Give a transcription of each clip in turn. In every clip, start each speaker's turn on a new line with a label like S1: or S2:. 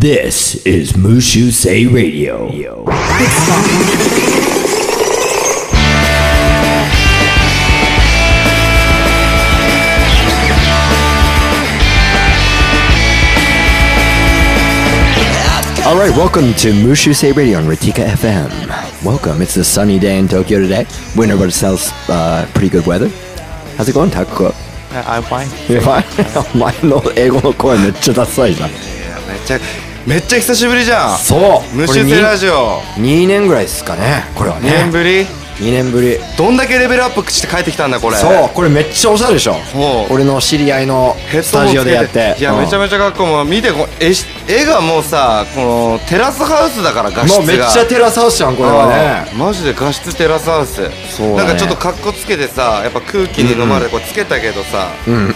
S1: This is Mushu Say Radio.
S2: All right, welcome to Mushu Say Radio on Ratika FM. Welcome. It's a sunny day in Tokyo today. Winter, but it sells uh, pretty good weather. How's it going, Takuko?
S3: I'm fine.
S2: やばい。 お前の英語の声めっちゃダサいじゃん。
S3: めっちゃめっちゃ久しぶりじゃん。
S2: そう
S3: 無修正ラジオ。
S2: オ。2年ぐらいですかね、これは
S3: 2年
S2: ね。
S3: ぶり。
S2: 2年ぶり。
S3: どんだけレベルアップして帰ってきたんだこれ。
S2: そう、これめっちゃおしゃれでしょ
S3: そ。う
S2: 俺の知り合いの
S3: ヘッ
S2: ス
S3: ドホン
S2: タ
S3: つ
S2: ジ
S3: け
S2: オでやって。
S3: いやめちゃ
S2: めち
S3: めちゃかっこいいもう見てこ絵し絵がもうさこのテラスハウスだから画質が。
S2: もうめっちゃテラスハウスじゃん、これはね。
S3: うんマジで画質テラスハウス
S2: そうだね
S3: なんかちょっとカッコつけてさやっぱ空気に飲まれてこうつけたけどさ、
S2: うん。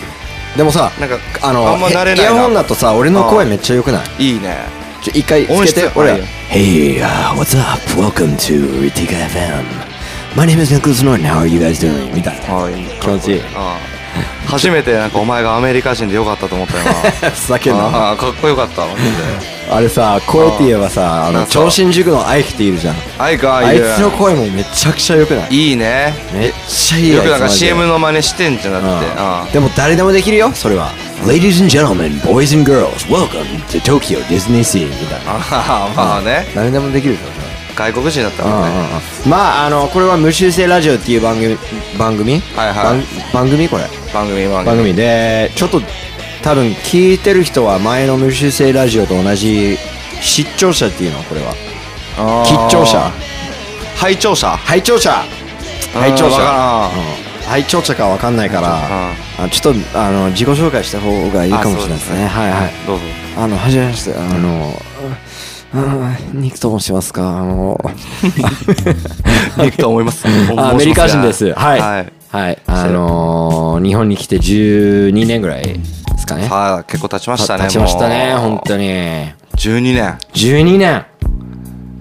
S2: でもさ、
S3: なんか
S2: あの、
S3: あんま慣れ
S2: イ
S3: ない
S2: ヤホン
S3: な
S2: だとさ、俺の声めっちゃ良くない
S3: いいね
S2: ちょ一回
S3: 音
S2: つけ
S3: 質
S2: て、俺ら
S3: はい。
S2: Hey, uh, what's up? Welcome to Ritika FM. My name is Nicholas Norton. How are you guys doing? みたいな。
S3: あいい
S2: 気持ちいい
S3: うん初めてなんかお前がアメリカ人でよかったと思ったよな
S2: ふざ けんな。
S3: ああかっこよかったマジで
S2: あれさ、声って言えばさ、あの、
S3: なんすか
S2: 超新塾のアイキっているじゃん。
S3: アイカ
S2: あ
S3: あ
S2: い
S3: い
S2: つの声もめちゃくちゃ良くない
S3: いいね
S2: めっちゃいい
S3: よ
S2: あ
S3: く
S2: いつ
S3: なんか
S2: マジで
S3: CM の真似してんじゃなくて
S2: うんでも誰でもできるよ、それは。Ladies and gentlemen, boys and girls, welcome to Tokyo Disney Sea. みたいな。
S3: ああまあね
S2: 誰でもできるからね。
S3: 外国人だったもんね
S2: まああのこれは「無修正ラジオ」っていう番組番組、
S3: はいはい
S2: 番番組これ
S3: 番組番
S2: 番
S3: 組
S2: 組でちょっと多分聞いてる人は前の無修正ラジオと同じ失聴者っていうのこれは
S3: あ
S2: 吉
S3: ー
S2: 聴者
S3: 拝聴者
S2: 拝聴者拝聴
S3: わ
S2: 者
S3: からん
S2: うん拝聴者かわかんないからあちょっとあの自己紹介した方がいいかもしれないですね
S3: あ
S2: はいはい
S3: どうぞ
S2: あの、はじめまして、あの、あニクと申しますか、あの、
S3: ニクと思います
S2: あアメリカ人です。はい。
S3: は
S2: はい
S3: い。
S2: あのー日本に来て12年ぐらいですかね。
S3: はい結構経ちましたね
S2: 経ちましたね、
S3: もう
S2: 本当に。
S3: 12年
S2: 12年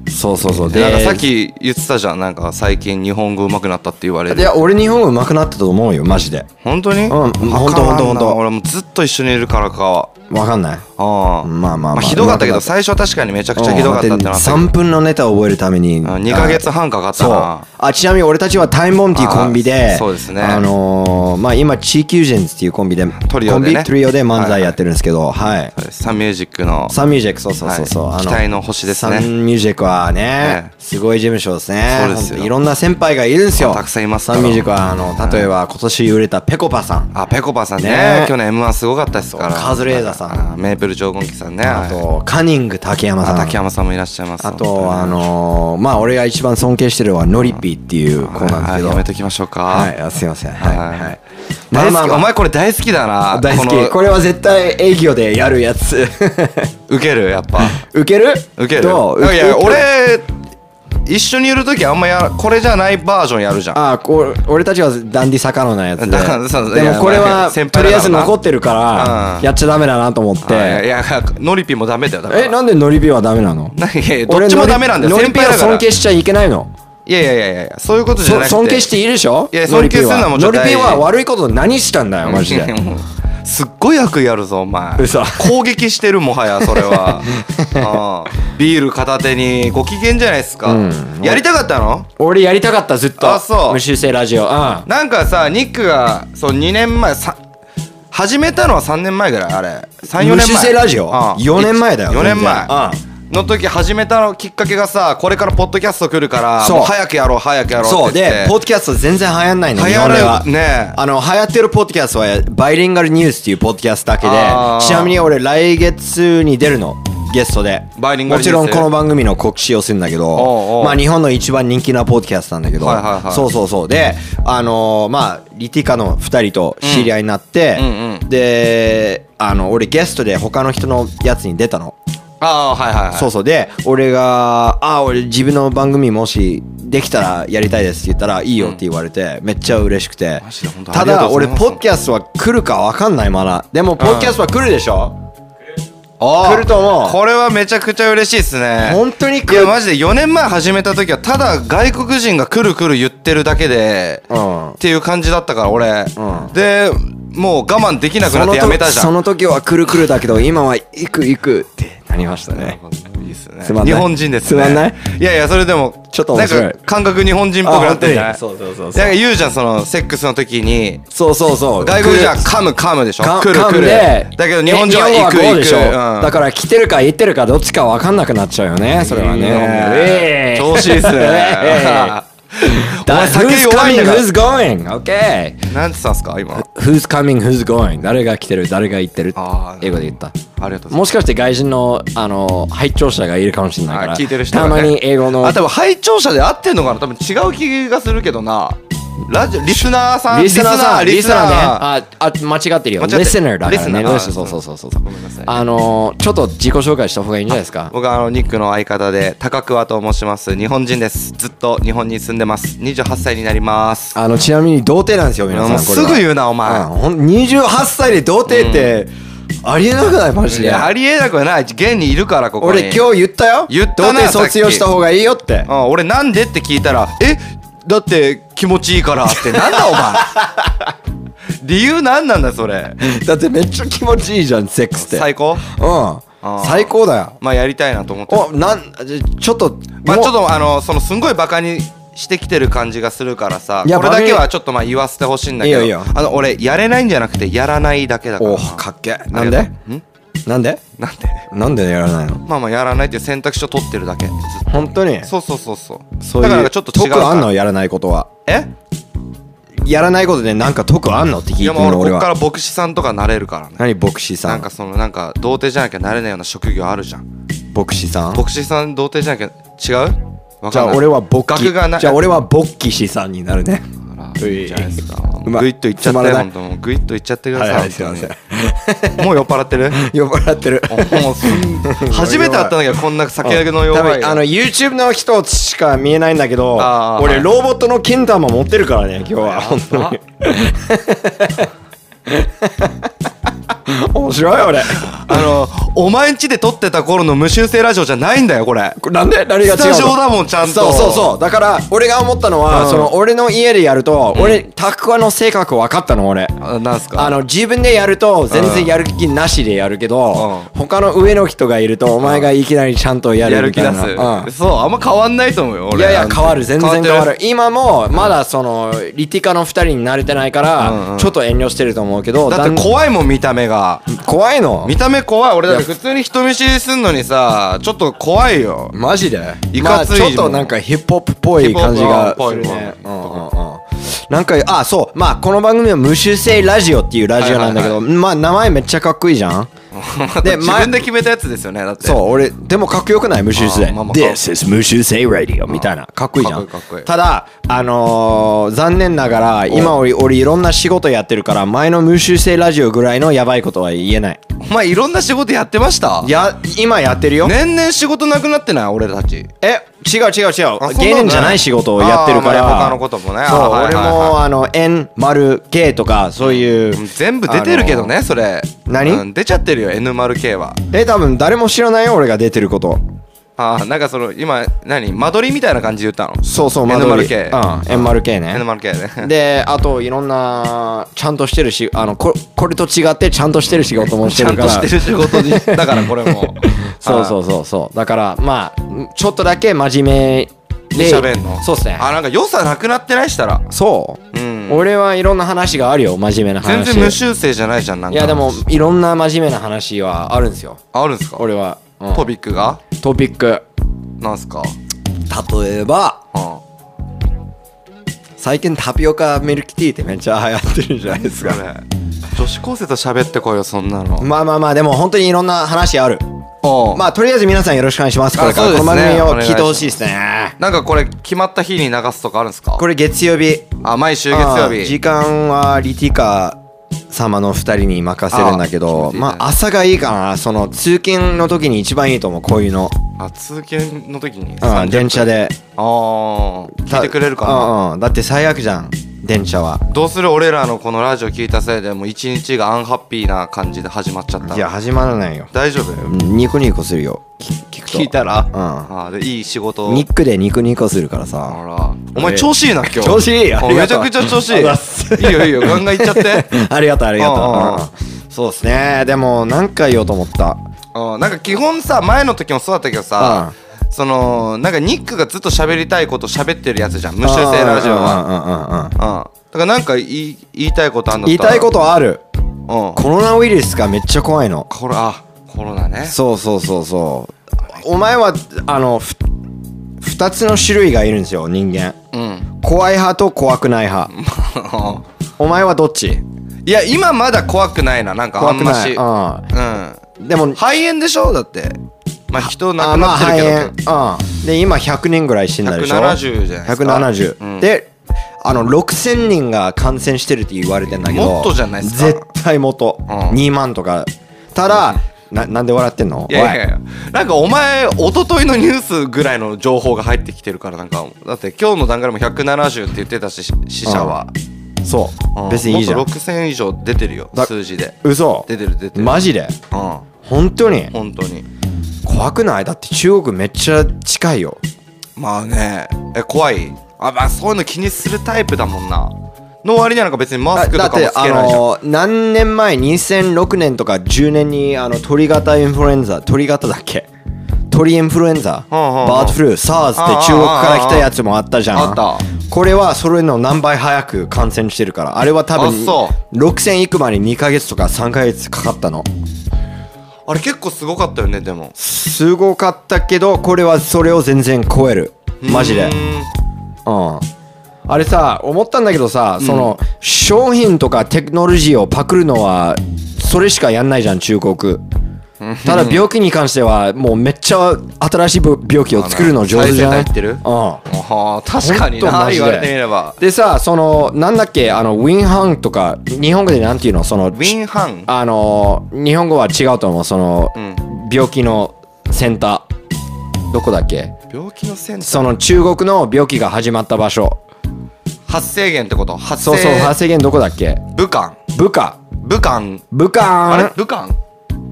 S2: そうそうそう。
S3: でなんかさっき言ってたじゃんなんか最近日本語上手くなったって言われ
S2: い
S3: る
S2: や、俺日本語上手くなったと思うよ、マジで。
S3: 本当に
S2: んほんとほんと
S3: わからな
S2: ほんと
S3: 俺もうずっと一緒にいるからか
S2: わかんない。
S3: ああ
S2: まあまあまあ
S3: ひどかったけど最初は確かにめちゃくちゃひどかったってなったけど
S2: 3分のネタを覚えるために。
S3: 2ヶ月半かかった
S2: そう
S3: な
S2: あちなみに俺たちはタイムボンっていうコンビで
S3: あそうですね
S2: あのーまあ、今チーキュージェンズっていうコンビで
S3: トリオでね
S2: コンビトリオで漫才やってるんですけどはい、
S3: そうですサンミュージックの
S2: サンミュージェクそうそうそうそう、
S3: はい
S2: あ
S3: 期待の星です
S2: サ
S3: ね
S2: ンミュージェクはね
S3: ええ
S2: すごい事務所ですね
S3: そうですよ
S2: ほんといろんな先輩がいるんですよ
S3: たくさんいますか
S2: サ
S3: ら
S2: ンミュージックはあの例えば今年売れたペコパさん
S3: あぺこぱさんね
S2: ね
S3: 去年 m 1すごかったですから
S2: そうカズレーザーさん
S3: あメープル超合金さんね
S2: あとカニング竹山さ
S3: あ
S2: ん
S3: 竹山さんもいらっしゃいます
S2: あとあのーまあ俺が一番尊敬してるのはノリピーっていう子
S3: こう
S2: なんです
S3: なん
S2: けど
S3: やめときましょうか
S2: はいあすいませんはい
S3: はい
S2: はい
S3: 大好き
S2: まあまあまあ
S3: お前これ大好きだな
S2: 大好きこ
S3: こ
S2: れは絶対営業でやるやつ
S3: の受けるやっぱ
S2: ウケる
S3: 受ける
S2: どう
S3: いやいや
S2: ウケる
S3: 俺一緒にいる時あんまやこれじゃないバージョンやるじゃん
S2: あこ俺たちはダンディ坂野な やつで
S3: だからそうそう
S2: で
S3: い
S2: も
S3: や
S2: これ
S3: ま
S2: は
S3: あ先輩
S2: と
S3: だからな
S2: りあえず残ってるから
S3: うん
S2: やっちゃダメだなと思っ
S3: はいい
S2: て
S3: やノリピもダメだよだから
S2: えなんでノリピはダメなの
S3: ないやいやどっちもダメなんだよ
S2: ノリ
S3: 先
S2: ピ
S3: 輩
S2: は
S3: だから
S2: 尊敬しちゃいけないの
S3: いやいやいやいやいやそういうことじゃな
S2: そ
S3: く
S2: 尊
S3: て
S2: 敬していいでしょ
S3: いや尊敬するのはもうちょ
S2: ノ
S3: っと
S2: リ
S3: 大
S2: ピ
S3: 事
S2: は悪いこと何したんだよマジで
S3: もうすっごい悪意あるぞお前
S2: 嘘
S3: 攻撃してるもはやそれは ああビール片手にご機嫌じゃないですか、
S2: うん
S3: やりたかったの
S2: 俺やりたかったずっと
S3: あそう
S2: 無修正ラジオうん
S3: なんかさニックがそう2年前さ始めたのは3年前ぐらいあれ34年前
S2: 無修正ラジオ
S3: ああ
S2: 4年前だよ
S3: 4年
S2: 全然
S3: 前の時始めたのきっかけがさこれからポッドキャスト来るから
S2: そう
S3: もう早くやろう早くやろう
S2: そ
S3: って言
S2: う
S3: って
S2: でポッドキャスト全然流行んないの
S3: 流
S2: 日
S3: 行
S2: 本
S3: ら
S2: で
S3: ない
S2: は
S3: ねえ
S2: あの流行ってるポッドキャストはバイリンガルニュースっていうポッドキャストだけで
S3: あー
S2: ちなみに俺来月に出るのゲストで
S3: バイリンガルニュース
S2: もちろんこの番組の告知をするんだけど
S3: おうおう
S2: まあ日本の一番人気なポッドキャストなんだけど、
S3: はいはいはい
S2: そうそうそうであのーまあリティカの2人と知り合いになって、
S3: うんうんう
S2: であの俺ゲストで他の人のやつに出たの
S3: ああはいはい、はい、
S2: そうそうで俺が「ああ俺自分の番組もしできたらやりたいです」って言ったら「いいよ」って言われてめっちゃ嬉しくて
S3: マジで本当あ
S2: た
S3: りがと
S2: だ
S3: うござ
S2: 俺
S3: います
S2: ポッドキャストは来るかわかんないまだでもポッドキャストは来るでしょ
S3: ああ
S2: 来ると思う
S3: これはめちゃくちゃ嬉しいですね
S2: 本当に来
S3: いや
S2: る
S3: マジで4年前始めた時はただ外国人が来る来る言ってるだけで
S2: うん
S3: っていう感じだったから俺、
S2: うん
S3: でもう我慢できなくなってやめたじゃん
S2: その時その時は来る来るだけど今は行く行くってなりました
S3: なる
S2: ね
S3: ほどねいいっすね
S2: つまん
S3: 日
S2: ない
S3: 本人ですね
S2: つまんない
S3: いやいやそれでも
S2: ちょっと面白い
S3: なんか感覚日本人っぽくなってるじゃない
S2: あ本当にそうそうそう
S3: なんか言うじゃんそのセックスの時に
S2: そうそうそう
S3: 外国人は
S2: 来る
S3: 噛む噛むでしょ
S2: か
S3: 来る
S2: 噛
S3: 来
S2: ん
S3: る
S2: で
S3: だけど日本人は行
S2: 日
S3: く
S2: 本
S3: 行
S2: こう
S3: く
S2: でしょだ
S3: か
S2: から来てるか行ってるかどっちか分かんなくなっちゃうよねそれはねええ
S3: 調子いい っ すねお前酒
S2: Who's
S3: 弱いん
S2: coming
S3: だから
S2: who's going okay
S3: なんて言ったんすか今
S2: Who's coming who's going 誰が来てる誰が行ってる
S3: あー
S2: 英語で言った
S3: ありがとうございま
S2: もしかして外人のあの拝聴者がいるかもしれないから
S3: すあ聞いてる人が
S2: た
S3: ね
S2: まに英語の
S3: あ多分拝聴者で合ってんのかな多分違う気がするけどなラジオリスナーさん
S2: リスナーさん、リスナーね。
S3: ね
S2: あ、あ間違ってるよ。
S3: 間違ってる
S2: リスナーだか
S3: リ
S2: ら
S3: スナ
S2: ね。
S3: ーあ
S2: そうそうそうそうそう。
S3: ごめんなさい
S2: あのー、ちょっと自己紹介した方がいいんじゃないですか。
S3: 僕はあのニックの相方で高桑と申します日本人ですずっと日本に住んでます28歳になります
S2: あの、ちなみに童貞なんですよ、皆さ。
S3: もうん
S2: これ
S3: す
S2: は
S3: ぐ言うなお前、
S2: うんほん28歳で童貞って、ありえなくないマジ
S3: い
S2: で。
S3: やありえなくはない現にいるからここに
S2: 俺今日言ったよ。
S3: 言ったな
S2: 童貞卒業した方がいいよって
S3: う。ん、俺なんでって聞いたら「えだって気持ちいいから」ってなんだお前理由なんなんだそれ
S2: だってめっちゃ気持ちいいじゃん、セックスって。
S3: 最高
S2: うん。
S3: ー
S2: 最高だよ。
S3: まあやりたいなと思って
S2: お、なん、ちょっと、
S3: まあちょっ
S2: もう
S3: とあのそのすんごいバカにしてきてる感じがするからさ
S2: いや
S3: これだけ
S2: バカ
S3: は
S2: に
S3: ちょっとまあ言わせてほしいんだけど
S2: いいよいいよ
S3: あの俺やれないんじゃなくてやらないだけだから
S2: お、かっけえ。なんで
S3: ありがとうん
S2: なんで
S3: なんで
S2: なんでやらないの
S3: まあまあやらないっていう選択肢を取ってるだけずっ
S2: 本当に
S3: とそうそうそうそう
S2: そう
S3: だから
S2: いうん
S3: なかちょっと違う
S2: 特あん
S3: から
S2: のやらないことは
S3: え
S2: やらないことでなんか特あんのって聞
S3: い
S2: いて
S3: や
S2: み
S3: もう
S2: る
S3: 俺
S2: 俺
S3: こっか
S2: は
S3: ら牧師さんとかなれるからね
S2: 何牧師さ
S3: なん
S2: ん
S3: かそのなんか童貞じゃなきゃなれないような職業あるじゃん
S2: 牧師さん
S3: 牧師さん童貞じゃなきゃ違うわ
S2: じ
S3: か
S2: ゃ
S3: んない
S2: あ俺は牧
S3: 学がない
S2: じゃあ俺は牧師さんになるね
S3: あ
S2: う
S3: らい
S2: い
S3: いじゃないですか
S2: うまい
S3: グイッといっちゃ
S2: つま
S3: って
S2: らない
S3: 本当もうグイッといっちゃってくだ
S2: はい
S3: さ
S2: はいいすいません
S3: 本当にもう酔っ払っ てる
S2: 呼ばれてる
S3: もうすん初めて会ったんだけどこんな酒焼け の弱
S2: 多
S3: い
S2: 分あの YouTube の人しか見えないんだけど
S3: あーは
S2: 俺
S3: い
S2: ロボットのけん玉持ってるからね今日は本当に 面白い俺
S3: あのお前ん家で撮ってた頃の無修正ラジオじゃないんだよこれ
S2: これなんで何が違うの
S3: スタジオだもんちゃんと
S2: そうそうそうだから俺が思ったのは、
S3: うん
S2: その俺の家でやると、俺タクワの性格分かったの俺
S3: あなんすか
S2: あの自分でやると全然やる気なしでやるけど、他の上の人がいるとお前がいきなりちゃんとや
S3: や
S2: る
S3: る
S2: み
S3: 気
S2: たい
S3: 出
S2: な、うん
S3: すそうあんま変わんないと思う
S2: い
S3: よ俺
S2: やいや変わる全然変わ
S3: って
S2: る今もまだそのリティカの2人に慣れてないか
S3: うんう
S2: ら
S3: ん
S2: ちょっと遠慮してると思うけど
S3: だって
S2: ん
S3: 怖いもん見た目が
S2: 怖いの
S3: 見た目怖い俺だって
S2: いや
S3: 普通に人見知りすんのに さちょっと怖いよ
S2: マジで
S3: い
S2: ま
S3: か
S2: あ
S3: つい
S2: ちょっとなんかヒップホップっぽい感じが
S3: ヒップホ
S2: す
S3: ップ
S2: る
S3: っぽい
S2: ね
S3: ぽ
S2: う
S3: い
S2: んうんうんなんかあそうまあこの番組は「無修正ラジオ」っていうラジオなんだけど
S3: はい
S2: まあ名前めっちゃかっこいいじゃんで
S3: 自分で決めたやつですよねだって
S2: そう俺でもかっこよくない無修正
S3: あまあまあ
S1: This is Mushu Say Radio.
S2: みたいなかっこいいじゃん
S3: かっこいいかっこいい
S2: ただあのー残念ながら今俺俺いろんな仕事やってるから前の無修正ラジオぐらいのやばいことは言えない
S3: お前いろんな仕事やってました
S2: や今やってるよ
S3: 年々仕事なくなってない俺たち
S2: え違う違う違
S3: あ
S2: う
S3: そう
S2: 芸
S3: なん
S2: 人
S3: だ
S2: じゃない仕事をやってるから
S3: あーまあ他のこともね
S2: そう
S3: あはいはい
S2: 俺
S3: はい
S2: もあの円丸 K とかそういう
S3: 全部出てるけどねそれ
S2: 何
S3: うん出ちゃってるよ N0K は
S2: あのえ多分誰も知らないよ俺が出てること
S3: ああなんかその今何間取りみたいな感じで言ったの
S2: そうそう
S3: N0K
S2: うん円丸 K ね
S3: N0K ね
S2: であといろんなちゃんとしてるしあのここれと違ってちゃんとしてる仕事もして
S3: ちゃ
S2: る
S3: ん
S2: か
S3: と
S2: ら
S3: してる仕事にだからこれ も
S2: そうそううそうそうだからまあちょっとだけ真面目で
S3: 喋んの
S2: そうっすね
S3: あなんか良さなくなってないしたら
S2: そう、
S3: うん
S2: 俺はいろんな話があるよ真面目な
S3: 全
S2: 話
S3: 然無修正じゃないじゃんなん
S2: い
S3: か
S2: やでもいろんな真面目な話はあるんですよ
S3: あるんすか
S2: 俺は、うん
S3: トピックが
S2: トピック
S3: なんすか
S2: 例えば
S3: うん
S2: 最近タピオカミルクティーってめっちゃ流行ってるじゃないですか
S3: ね女子高生と喋ってこいよそんなの
S2: まあまあまあでも本当にいろんな話ある
S3: おう
S2: まあとりあえず皆さんよろしくお願いしますこれから
S3: あそう
S2: こ
S3: で
S2: の
S3: すね
S2: 番組を聞いてほしいですね
S3: なんかこれ決まった日に流すとかあるんすか
S2: これ月曜日
S3: あ毎週月曜
S2: あー
S3: 日
S2: 時間はリティカ様の2人に任せるんだけ
S3: あー
S2: ど
S3: 気持ちいいね
S2: まあ朝がいいかなその通勤の時に一番いいと思うこういうの、
S3: あ通勤の時に
S2: うん、
S3: 30
S2: 電車で
S3: あー聞いてくれるかな
S2: な、うんうん、だって最悪じゃん電車は
S3: どうする俺らのこのラジオ聞いたせいでもう一日がアンハッピーな感じで始まっちゃった
S2: いや始まらないよ
S3: 大丈夫
S2: うんニコニコするよき聞くと
S3: 聞いたら
S2: う
S3: あーでいい仕事
S2: ん
S3: を
S2: ニックでニコニコするから
S3: あ
S2: さ
S3: らお前調子いいな今日
S2: 調子いいあ
S3: あ
S2: り
S3: め
S2: が
S3: ち
S2: と
S3: ゃ
S2: う
S3: くちゃ調子いい
S2: あざっす
S3: いいよいいよガ ンガンいっちゃって
S2: ありがとうありがとう
S3: うんうんうん
S2: うんそうですねでも何回言おうと思った
S3: うんなんか基本さ前の時もそうだったけどさそのなんかニックがずっと喋りたいこと喋ってるやつじゃん無修正ラジオは
S2: は
S3: うんだからなんか言い言いたいことあんだ
S2: 言
S3: っ
S2: い
S3: たら
S2: たいことある
S3: うん
S2: コロナウイルスがめっちゃ怖いの
S3: コロあコロナね
S2: そうそうそうそうお前はあのふ2つの種類がいるんですよ人間
S3: うん
S2: 怖い派と怖くない派お前はどっち
S3: いや今まだ怖くないななんかあ
S2: 怖
S3: ん
S2: く
S3: ま
S2: ない
S3: し
S2: う
S3: うん
S2: んでも
S3: 肺炎でしょだってまあ人亡
S2: あ
S3: く
S2: ま
S3: な
S2: あ
S3: ってる
S2: 肺
S3: けど、
S2: 炎うんで今100人ぐらい死んだでしょ
S3: 170じゃないですか
S2: 170、
S3: うん
S2: であの6000人が感染してるって言われてんだけど
S3: もっとじゃないですか
S2: 絶対もっと、
S3: うん
S2: 2万とかただ、ななんで笑ってんの
S3: いやいやいやなんかお前一昨日のニュースぐらいの情報が入ってきてるからなんかだって今日の段階でも170って言ってたし死者は、
S2: おいそ
S3: うん
S2: う別にいいじゃ
S3: も
S2: ん
S3: っと6000以上出てるよ
S2: だ
S3: 数字で
S2: 嘘
S3: 出てる出てる
S2: マジで
S3: うん
S2: 本当に
S3: 本当に
S2: 怖くないだって中国めっちゃ近いよ
S3: まあねえ怖いあまあそういうの気にするタイプだもんなの割にはなんか別にマスクと
S2: だ
S3: かもつけ
S2: だってあ
S3: ないじゃん、
S2: のー何年前2006年とか10年にあの鳥型インフルエンザ鳥型だっけ鳥インフルエンザ
S3: うんうんうん
S2: バードフルー SARS って中国から来たやつもあったじゃん
S3: あった
S2: これはそれの何倍早く感染してるからあれは多分
S3: あそ
S2: 6000いくまで2ヶ月とか3ヶ月かかったの
S3: あれ結構すごかったよねでも
S2: すごかったけどこれはそれを全然超えるマジで
S3: うーん
S2: うん、あれさ思ったんだけどさ、その商品とかテクノロジーをパクるのはそれしかやんないじゃん中国ただ病気に関してはもうめっちゃ新しいぶ病気を作るの上手じゃない
S3: 最先端行ってる
S2: うん
S3: あー確かに
S2: ほんと
S3: な
S2: マジ
S3: 言
S2: で
S3: われてみれば
S2: でさそのなんだっけあのウィンハンとか日本語でなんていうのその
S3: ウィンハン
S2: あの日本語は違うと思うその、
S3: ん
S2: 病気のセンターどこだっけ
S3: 病気のセンター
S2: その中国の病気が始まった場所
S3: 発生源ってこと発生
S2: そうそう発生源どこだっけ
S3: 武漢
S2: 武漢
S3: 武漢
S2: 武
S3: あれ
S2: 漢
S3: 武漢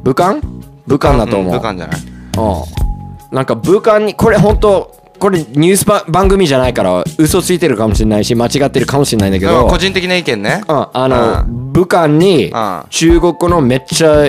S2: 武漢武漢だと思う、
S3: ん
S2: う
S3: 武漢じゃない
S2: んなんか武漢にこれ本当これニュースば番組じゃないから嘘ついてるかもしれないし間違ってるかもしれないんだけ
S3: でも
S2: ど
S3: 個人的な意見ね
S2: うん、あの、
S3: う
S2: 武漢に
S3: うん
S2: 中国のめっちゃ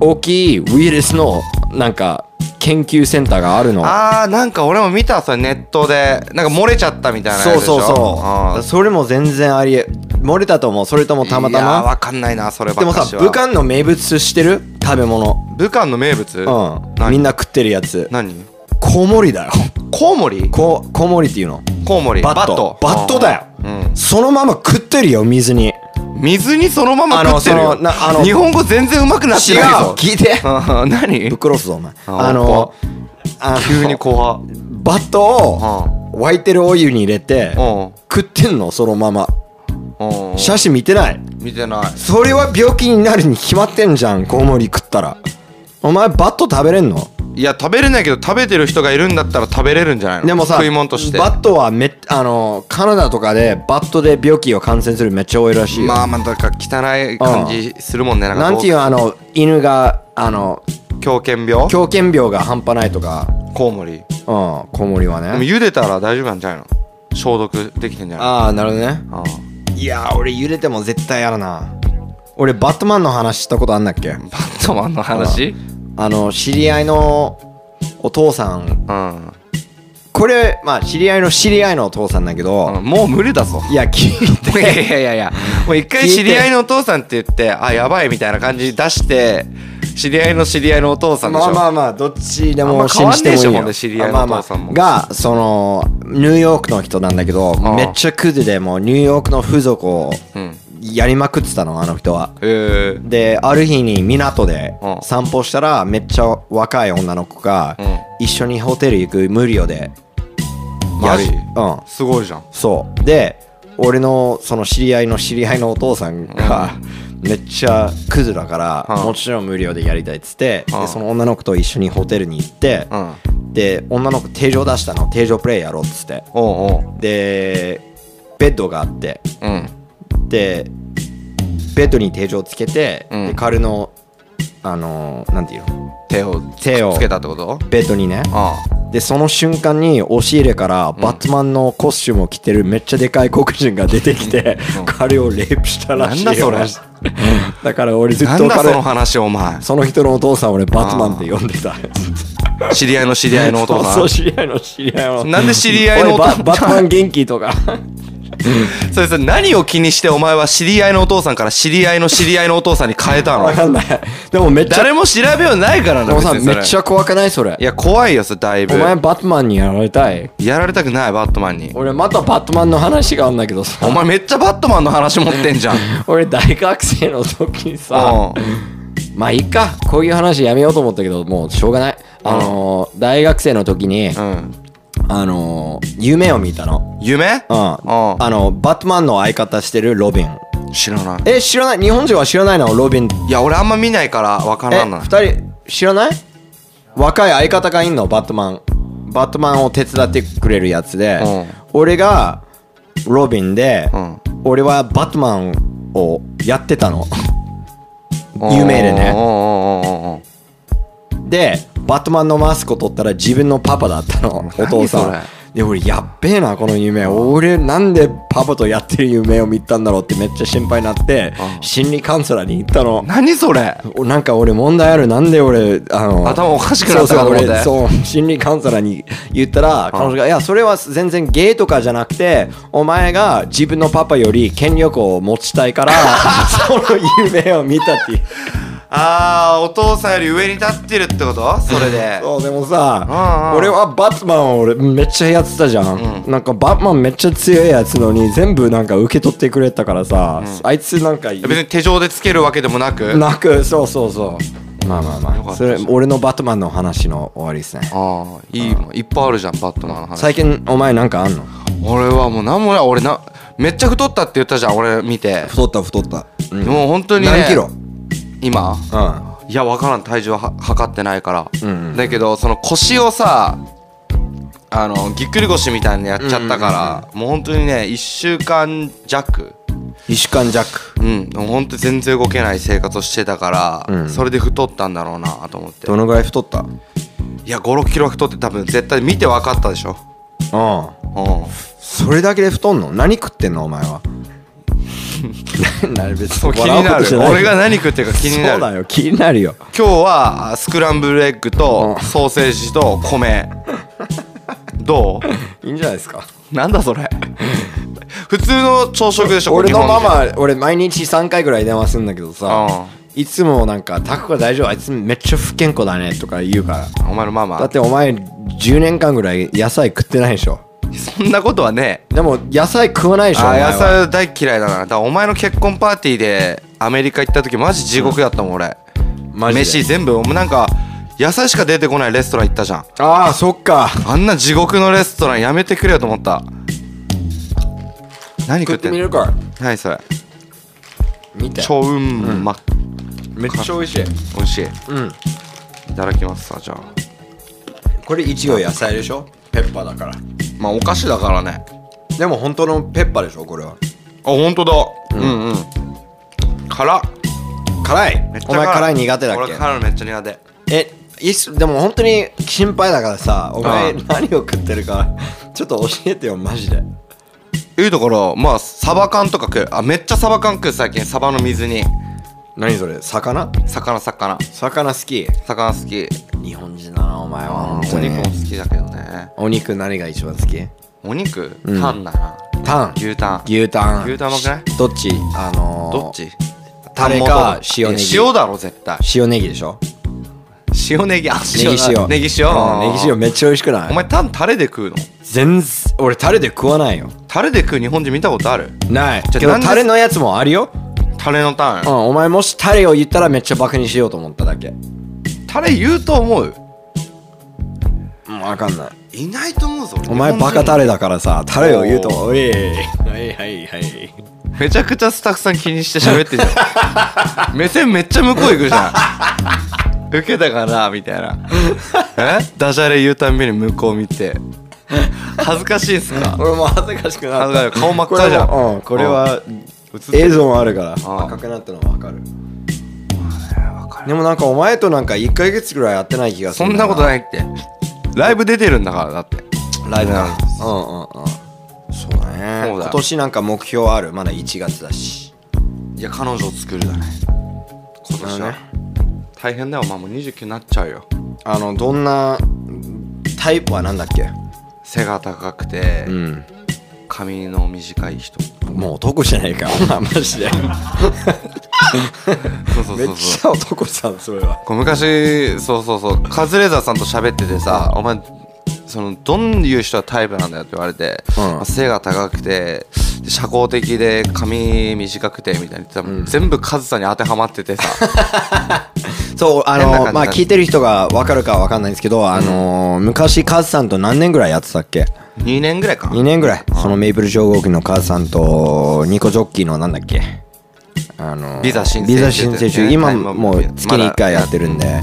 S2: 大きいウイルスのなんか研究センターがあるの
S3: あーなんか俺も見たそれネットでなんか漏れちゃったみたいなやつでし
S2: そう
S3: ょ
S2: そうそうそれも全然ありえ漏れたと思うそれとも
S3: ん
S2: たまた
S3: いやー
S2: ま
S3: わかんないなそれば
S2: でも
S3: っか
S2: さ
S3: しは
S2: 武漢の名物してる食べ物
S3: 武漢の名物
S2: うん
S3: 何
S2: みんな食ってるやつ
S3: 何
S2: コウモリだよ
S3: コウモリ
S2: こコウモリっていうの
S3: コウモリ
S2: バットバットだよ
S3: うん
S2: そのまま食ってるよ水に
S3: 水にそのまま食ってる
S2: あのその
S3: よ
S2: なあの
S3: 日本語全然うまくなってないぞ
S2: 聞いて
S3: うん 何
S2: ぶっ殺すぞお前
S3: あ
S2: あのあの
S3: 急に怖
S2: バットを沸いてるお湯に入れて
S3: うん
S2: 食ってんのそのまま
S3: うん
S2: 写真見てない
S3: 見てない
S2: それは病気になるに決まってんじゃんコウモリ食ったらお前バット食べれんの
S3: いや食べれないけど食べてる人がいるんだったら食べれるんじゃないの
S2: でもさ
S3: 食い物として
S2: バットはめっあのカナダとかでバットで病気を感染するめっちゃ多いらしいよ
S3: まあまあだから汚い感じするもんねなんか
S2: なんていうあの犬があの
S3: 狂犬病
S2: 狂犬病が半端ないとか
S3: コウモリ
S2: うんコウモリは
S3: でも
S2: ね
S3: 茹でたら大丈夫なんじゃないの消毒できてんじゃない
S2: ああなるほどね
S3: あ
S2: いやー俺揺れても絶対やるな俺バットマンの話したことあんだっけ
S3: バットマンの話
S2: あの知り合いのお父さん
S3: うん、
S2: これまあ知り合いの知り合いのお父さんだけ
S3: う
S2: ど
S3: ん、もう無理だぞ
S2: いや聞い
S3: いやい
S2: て
S3: やいやいやもう一回知り合いのお父さんって言ってあやばいみたいな感じ出して知り合いの知り合いのお父さんでし
S2: ま
S3: ょ
S2: あまあまあどっちで
S3: あん
S2: も
S3: ま変
S2: 信
S3: わん
S2: じ
S3: ね
S2: てもい
S3: えし
S2: い
S3: ほん
S2: よ
S3: で知り合いのお父さんも
S2: あまあまあがそのニューヨークの人なんだけど
S3: あ
S2: めっちゃクズでもうニューヨークの風俗を
S3: うん
S2: やりまくってたのあの人は
S3: ええ
S2: である日に港で
S3: うん
S2: 散歩したらめっちゃ若い女の子が
S3: うん
S2: 一緒にホテル行く無料で
S3: マジ
S2: うん
S3: すごいじゃん
S2: そうで俺のその知り合いの知り合いのお父さんがめっちゃクズだから
S3: うん
S2: もちろん無料でやりたいっつって
S3: う
S2: で
S3: ん
S2: その女の子と一緒にホテルに行って
S3: うん
S2: で女の子定常出したの定常プレイやろうっつって
S3: おうおう
S2: でベッドがあって
S3: うん
S2: でベッドに手錠つけて、
S3: うん
S2: で彼のあのーなんていうの
S3: 手を
S2: 手を
S3: つけたってこと
S2: ベッドにね
S3: ああ
S2: でその瞬間に押し入れからバットマンのコスチュームを着てるめっちゃでかい黒人が出てきて、彼をレイプしたらしいよ
S3: なんだそ
S2: だから俺ずっ
S3: な
S2: と
S3: んだそ
S2: 彼
S3: の話お前
S2: その人のお父さん俺バットマンって呼んでた
S3: 知り合いの知り合いのお父さ
S2: そ
S3: ん
S2: う知り合いの知り合いの
S3: なんで知り合いのお
S2: お
S3: 父
S2: バ
S3: さん
S2: バットマン元気とか
S3: それさ何を気にしてお前は知り合いのお父さんから知り合いの知り合いのお父さんに変えたの
S2: わかんないでもめっちゃ
S3: 誰も調べようないから
S2: で
S3: な
S2: も
S3: 別
S2: さ
S3: にそ
S2: め
S3: れ
S2: っちゃ怖くないそれ
S3: いや怖いよそれだいぶ
S2: お前バットマンにやられたい
S3: やられたくないバットマンに
S2: 俺またバットマンの話があるんだけどさ
S3: お前めっちゃバットマンの話持ってんじゃん
S2: 俺大学生の時にさ
S3: う
S2: まあいいかこういう話やめようと思ったけどもうしょうがないあのー大学生の時に
S3: んうん
S2: あのー夢を見たの
S3: 夢
S2: うん
S3: あ
S2: あのバットマンの相方してるロビン
S3: 知らない
S2: え知らない日本人は知らないのロビン
S3: いや俺あんま見ないからわか
S2: え
S3: らんな
S2: 二人知らない若い相方がいんのバットマンバットマンを手伝ってくれるやつで、
S3: うん
S2: 俺がロビンで、
S3: うん
S2: 俺はバットマンをやってたの夢でね
S3: ね
S2: でバットマンのマスクを取ったら自分のパパだったのお
S3: 何
S2: 父さ
S3: それ
S2: んで俺やっべえなこの夢俺なんでパパとやってる夢を見たんだろうってめっちゃ心配になって
S3: うん
S2: 心理カウンセラーに行ったの
S3: 何それ
S2: おなんか俺問題あるなんで俺あの
S3: 頭おかしくなったかと思って
S2: そうそう俺そう心理カウンセラーに言ったら彼女が「いやそれは全然ゲイとかじゃなくてお前が自分のパパより権力を持ちたいから その夢を見た」っていう
S3: ああお父さんより上に立ってるってことそれで
S2: そうでもさ
S3: うんうん
S2: 俺はバットマンを俺めっちゃやってたじゃん、なんかバットマンめっちゃ強いやつのに全部なんか受け取ってくれたからさ、あいつなんか
S3: 別に手錠でつけるわけでもなく
S2: なくそうそうそうまあまあ
S3: よか
S2: まあ
S3: った
S2: それ俺のバットマンの話の終わりですね
S3: ああいいもんいっぱいあるじゃんバットマンの話
S2: 最近お前なんかあんの
S3: 俺はもう何もない俺なめっちゃ太ったって言ったじゃん俺見て
S2: 太った太った、うん
S3: もう本当にね
S2: 何キロ
S3: 今
S2: う
S3: いや分からん体重はは測ってないから、
S2: うんうん
S3: だけどその腰をさあのぎっくり腰みたいにやっちゃったから、もう本当にね1週間弱
S2: ん1週間弱
S3: うんもう本当に全然動けない生活をしてたから、
S2: うん
S3: それで太ったんだろうなと思って
S2: どのぐらい太ったうん
S3: いや5 6キロ太って多分絶対見て分かったでしょう
S2: それだけで太んの何食ってんのお前 はなるべ
S3: ん気になる俺が何食ってるか気になる
S2: そうだよ気になるよ
S3: 今日はスクランブルエッグと
S2: うん
S3: ソーセージと米ど
S2: いいんじゃないですか
S3: うなんだそれ 普通の朝食でしょ
S2: 俺のマ
S3: 日本
S2: マ俺毎日3回ぐらい電話するんだけどさいつもなんか「タクが大丈夫あいつめっちゃ不健康だね」とか言うから
S3: 人お前のママ
S2: だってお前10年間ぐらい野菜食ってないでしょ
S3: そんなことはね
S2: でも野菜食わないでしょお
S3: あ
S2: 前は
S3: 野菜大嫌いだなだからお前の結婚パーティーでアメリカ行った時マジ地獄だったもん俺
S2: マジで
S3: 飯全部お前なんか野菜しか出てこないレストラン行ったじゃん
S2: ああそっか
S3: あんな地獄のレストランやめてくれよと思った何
S2: 食
S3: 食っ
S2: って
S3: て
S2: み
S3: んの
S2: るから
S3: 何それ
S2: 見て
S3: 超うんまっ
S2: めっちゃ美味しい
S3: 美味しい
S2: うん
S3: いただきますさじゃあ
S2: これ一応野菜でしょペッパーだから
S3: まあお菓子だからねあ
S2: でも本当のペッパーでしょこれは
S3: 本当だうんうん辛っ
S2: 辛い
S3: めっちゃ
S2: お前辛い苦手だっ
S3: 俺辛いのめっちゃ苦手
S2: けえいつでも本当に心配だからさお前
S3: うん
S2: 何を食ってるかちょっと教えてよマジで
S3: いうところまあサバ缶とか食うあめっちゃサバ缶食う最近サバの水煮
S2: 何それ魚
S3: 魚魚
S2: 魚好き
S3: 魚好き
S2: 日本人だなお前は
S3: お
S2: 本当
S3: 肉
S2: に
S3: も好きだけどね
S2: お肉何が一番好き
S3: お肉
S2: うん
S3: タンだな
S2: タン
S3: 牛タン
S2: 牛タン
S3: 牛タンうまくない
S2: しどっちあのー
S3: どっち
S2: タレか塩ネギ
S3: 塩だろ絶対
S2: 塩ネギでしょ
S3: 塩ネギあ
S2: ネギ
S3: だ
S2: 塩
S3: ネギ塩
S2: うんネギ塩めっちゃ美味しくない
S3: お前タンタレで食うの
S2: 全然俺タレで食わないよ
S3: タレで食う日本人見たことある
S2: ない
S3: じゃ
S2: け
S3: あ
S2: ど
S3: なんで
S2: タレのやつもあるよ、
S3: タレのタン
S2: うん、お前もしタレを言ったらめっちゃバカにしようと思っただけ
S3: タレ言うと思う
S2: うん分かんない
S3: いないと思うぞ
S2: お前バカタ
S3: レ
S2: レだからさタレを言うとおいはいはいはい
S3: めちゃくちゃスタッフさん気にして喋ってるじゃ ん目線めっちゃ向こう行くじゃん受けたかなみたいなえダジャレ言うたんびに向こう見て恥ずかしいっすか
S2: 俺もう恥ずかしくな
S3: 恥
S2: っ
S3: ずか
S2: た
S3: しい顔真っ赤じゃ
S2: こ
S3: ん
S2: れもうんこれは
S3: 映って
S2: 映
S3: る
S2: 像もあるから
S3: あ
S2: 赤くなったの分かるでもなんかお前となんか1ヶ月ぐらいやってない気がす
S3: そ
S2: る
S3: んなこと
S2: い
S3: ないってライブ出てるんだからだって
S2: ライブな
S3: う
S2: う
S3: ん
S2: んうんうんそうだね
S3: そうだ
S2: 今年なんか目標あるまだ1月だし
S3: いや彼女を作るだね今年は
S2: ね
S3: 大変だよお前もう29になっちゃうよ
S2: あのどんなタイプはなんだっけ
S3: 背が高くて、
S2: うん
S3: 髪の短い人
S2: もう男じゃないか マジで
S3: そうそう
S2: めっ
S3: そうそう
S2: ちゃ男さんそれは
S3: こう昔そうそうそうカズレーザーさんと喋っててさ「お前そのどんいう人はタイプなんだよ」って言われて、
S2: うん
S3: まあ背が高くてで社交的で髪短くてみたいに多分全部カズさんに当てはまっててさ
S2: そうあ
S3: 変な感
S2: の
S3: じ
S2: まあ聞いてる人が分かるか分かんないんですけどあのー昔カズさんと何年ぐらいやってたっけ
S3: 2年ぐらいか
S2: 2年ぐらいそのメイプル超合金のカズさんとニコジョッキーのなんだっけあのー
S3: ビザ申請
S2: ビザ申請
S3: して
S2: 中
S3: てね
S2: 今
S3: タイムアップ
S2: もう月に1回やってるん
S3: ま
S2: で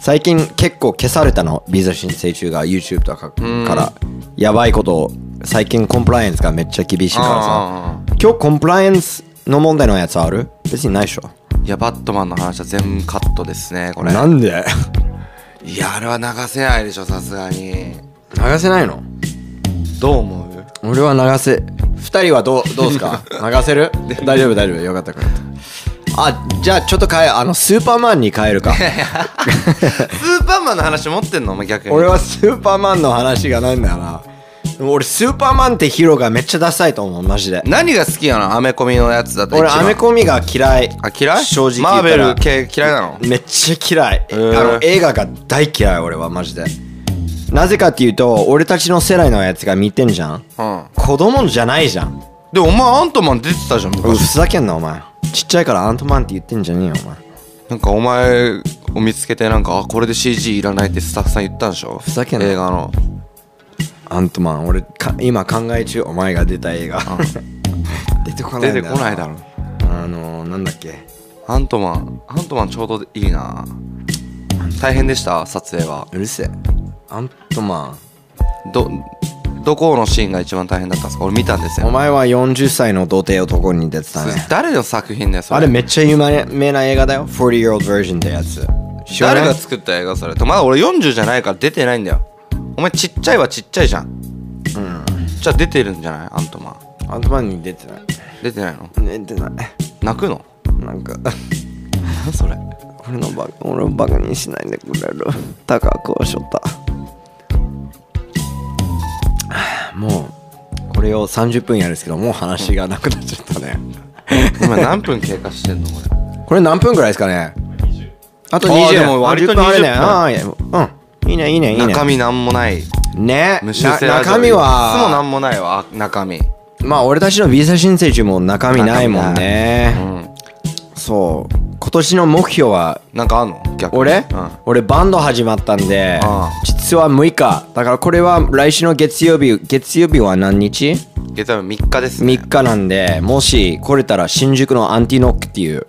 S2: 最近結構消されたのビザ申請中が YouTube とか
S3: うん
S2: からやばいことを最近コンプライアンスがめっちゃ厳しいからさ
S3: あ
S2: 今日コンプライアンスの問題のやつある別にないでしょ
S3: ーいやバットマンの話は全部カットですねこれ
S2: なんで
S3: いやあれは流せないでしょさすがに
S2: 流せないの
S3: どう思う
S2: 俺は流せ二人はどうどうすか流せる大丈夫大丈夫よかったよかったあじゃあちょっと変えあのスーパーマンに変える か
S3: スーパーマンの話持ってんのお前逆に
S2: 俺はスーパーマンの話がないんだよなでも俺スーパーマンってヒーローがめっちゃダサいと思うマジで
S3: 何が好きなのアメコミのやつだと
S2: 俺
S3: 一番
S2: アメコミが嫌い
S3: あ嫌い
S2: 正直言っ
S3: マー
S2: た
S3: ベ
S2: ら
S3: ル系嫌いなの
S2: めっちゃ嫌い、
S3: ー
S2: あの映画が大嫌い俺はマジでなぜかっていうと俺たちの世代のやつが見てんじゃん
S3: うん
S2: 子供じゃないじゃん
S3: でお前アントマン出てたじゃん
S2: う
S3: 昔
S2: ふざけんなお前ちっちゃいからアントマンって言ってんじゃねえよお前
S3: なんかお前を見つけてなんかあこれで CG いらないってスタッフさん言ったんでしょふ
S2: ざけんな
S3: 映画の
S2: アントマン俺か今考え中お前が出た映画 出てこない
S3: 出
S2: んだ
S3: て
S2: よ
S3: こないだろ
S2: あのー、なんだっけ
S3: アントマンアントマンちょうどいいな大変でした撮影は
S2: うるせえアントマ
S3: どどこのシーンが一番大変だったんですか俺見たんです
S2: ンお
S3: よ
S2: 前は40歳の童貞男に出てた
S3: それ
S2: ね
S3: 誰の作品だよそれ
S2: あれめっちゃ有名な映画だよ40 year old version ってやつ知ら
S3: 誰
S2: ない
S3: が作った映画それとまだ俺40じゃないから出てないんだよお前ちっちゃいはちっちゃいじゃんうんじゃあ出てるんじゃないアントマン
S2: アントマンに出てない
S3: 出てないの
S2: 出てない
S3: 泣く の
S2: なんか
S3: それ
S2: 俺のバカ俺をバカにしないでくれるタカこうしょったはあもうこれを30分やるんですけどもう話がなくなっちゃったね
S3: 今何分経過してんのこれ
S2: これ何分ぐらいですかねあと
S3: あー
S2: 20
S3: でも割と
S2: あ10分あれね
S3: 20分
S2: あーいやうんいいねいいねいいね
S3: 中身なんもない
S2: ね
S3: 無修正
S2: な中身
S3: いつもな
S2: は
S3: んもないわあ中身う
S2: まあ俺たちのビザ申請中も中身ないもんね
S3: ん
S2: そう今年の目標は
S3: なんかあんの逆に
S2: 俺、
S3: うん
S2: 俺バンド始まったんで
S3: ああ
S2: 実は6日だからこれは来週の月曜日月曜日は何日
S3: 月曜日3日ですね
S2: ?3 日なんでもし来れたら新宿のアンティノックっていう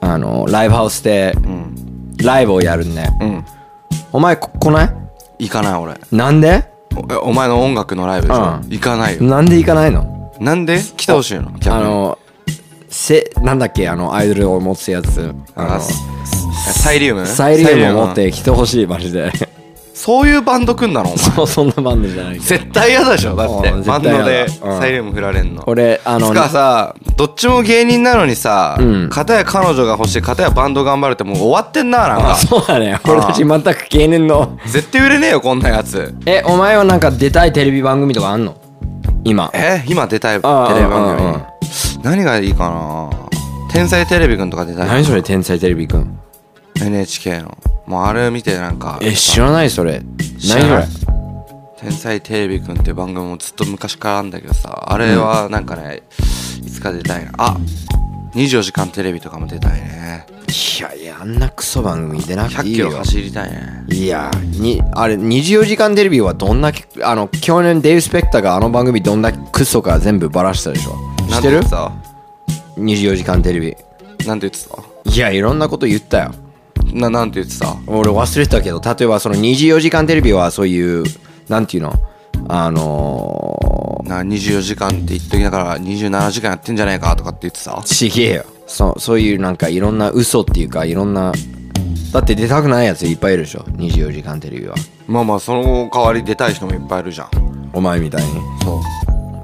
S2: あのライブハウスで
S3: うん
S2: ライブをやるんで
S3: うんうん
S2: お前こ来ない
S3: 行かない俺
S2: なんで
S3: おえお前の音楽のライブでしょ
S2: うん
S3: 行かないよ
S2: なんで行かないの
S3: なんで来てほしいの逆に
S2: あのせなんだっけあのアイドルを持つやつあ
S3: あ
S2: の
S3: すサイリウム
S2: サイリウムを持っ
S3: サイ
S2: て来てほしいマジ で
S3: そういうバンド組んだのお前
S2: そうそんなバンドじゃないけど
S3: 絶対嫌だでしょだって
S2: うん
S3: バンドで
S2: 絶対嫌だうん
S3: サイリウム振られんの
S2: 俺あの
S3: つかさどっちも芸人なのにさ、
S2: うん
S3: 片や彼女が欲しい片やバンド頑張るってもう終わってんななん
S2: あ
S3: か
S2: そうだね俺たち全く芸人の
S3: 絶対売れねえよこんなやつ
S2: えお前はなんか出たいテレビ番組とかあんの今
S3: え今出たいテレビ
S2: ああ
S3: 番組
S2: あああ
S3: 何がいいかな天才テレビくんとか出たい
S2: 何それ天才テレビくん
S3: NHK のもうあれ見てなんか
S2: え知らないそれ
S3: 知ら
S2: 何そ
S3: な
S2: れ
S3: い天才テレビくんっていう番組もずっと昔からあるんだけどさあれはなんかね、いつか出たいなあ24時間テレビとかも出たいね
S2: いやいやあんなクソ番組出なく
S3: 100
S2: ていい
S3: キロ
S2: よ
S3: 走りたいね
S2: いやにあれ24時間テレビはどんなあの去年デイブ・スペクターがあの番組どんなクソか全部バラしたでしょ知ってる
S3: なんて言ってた
S2: 24時間テレビ
S3: なんて言ってた
S2: いやいろんなこと言ったよ
S3: ななんて言ってた
S2: 俺忘れてたけど例えばその24時間テレビはそういうなんていうのあのー、
S3: な24時間って言っときながら27時間やってんじゃないかとかって言ってた
S2: ちげえよそそういうなんかいろんな嘘っていうかいろんなだって出たくないやついっぱいいるでしょ24時間テレビは
S3: まあまあその代わり出たい人もいっぱいいるじゃん
S2: お前みたいに
S3: そ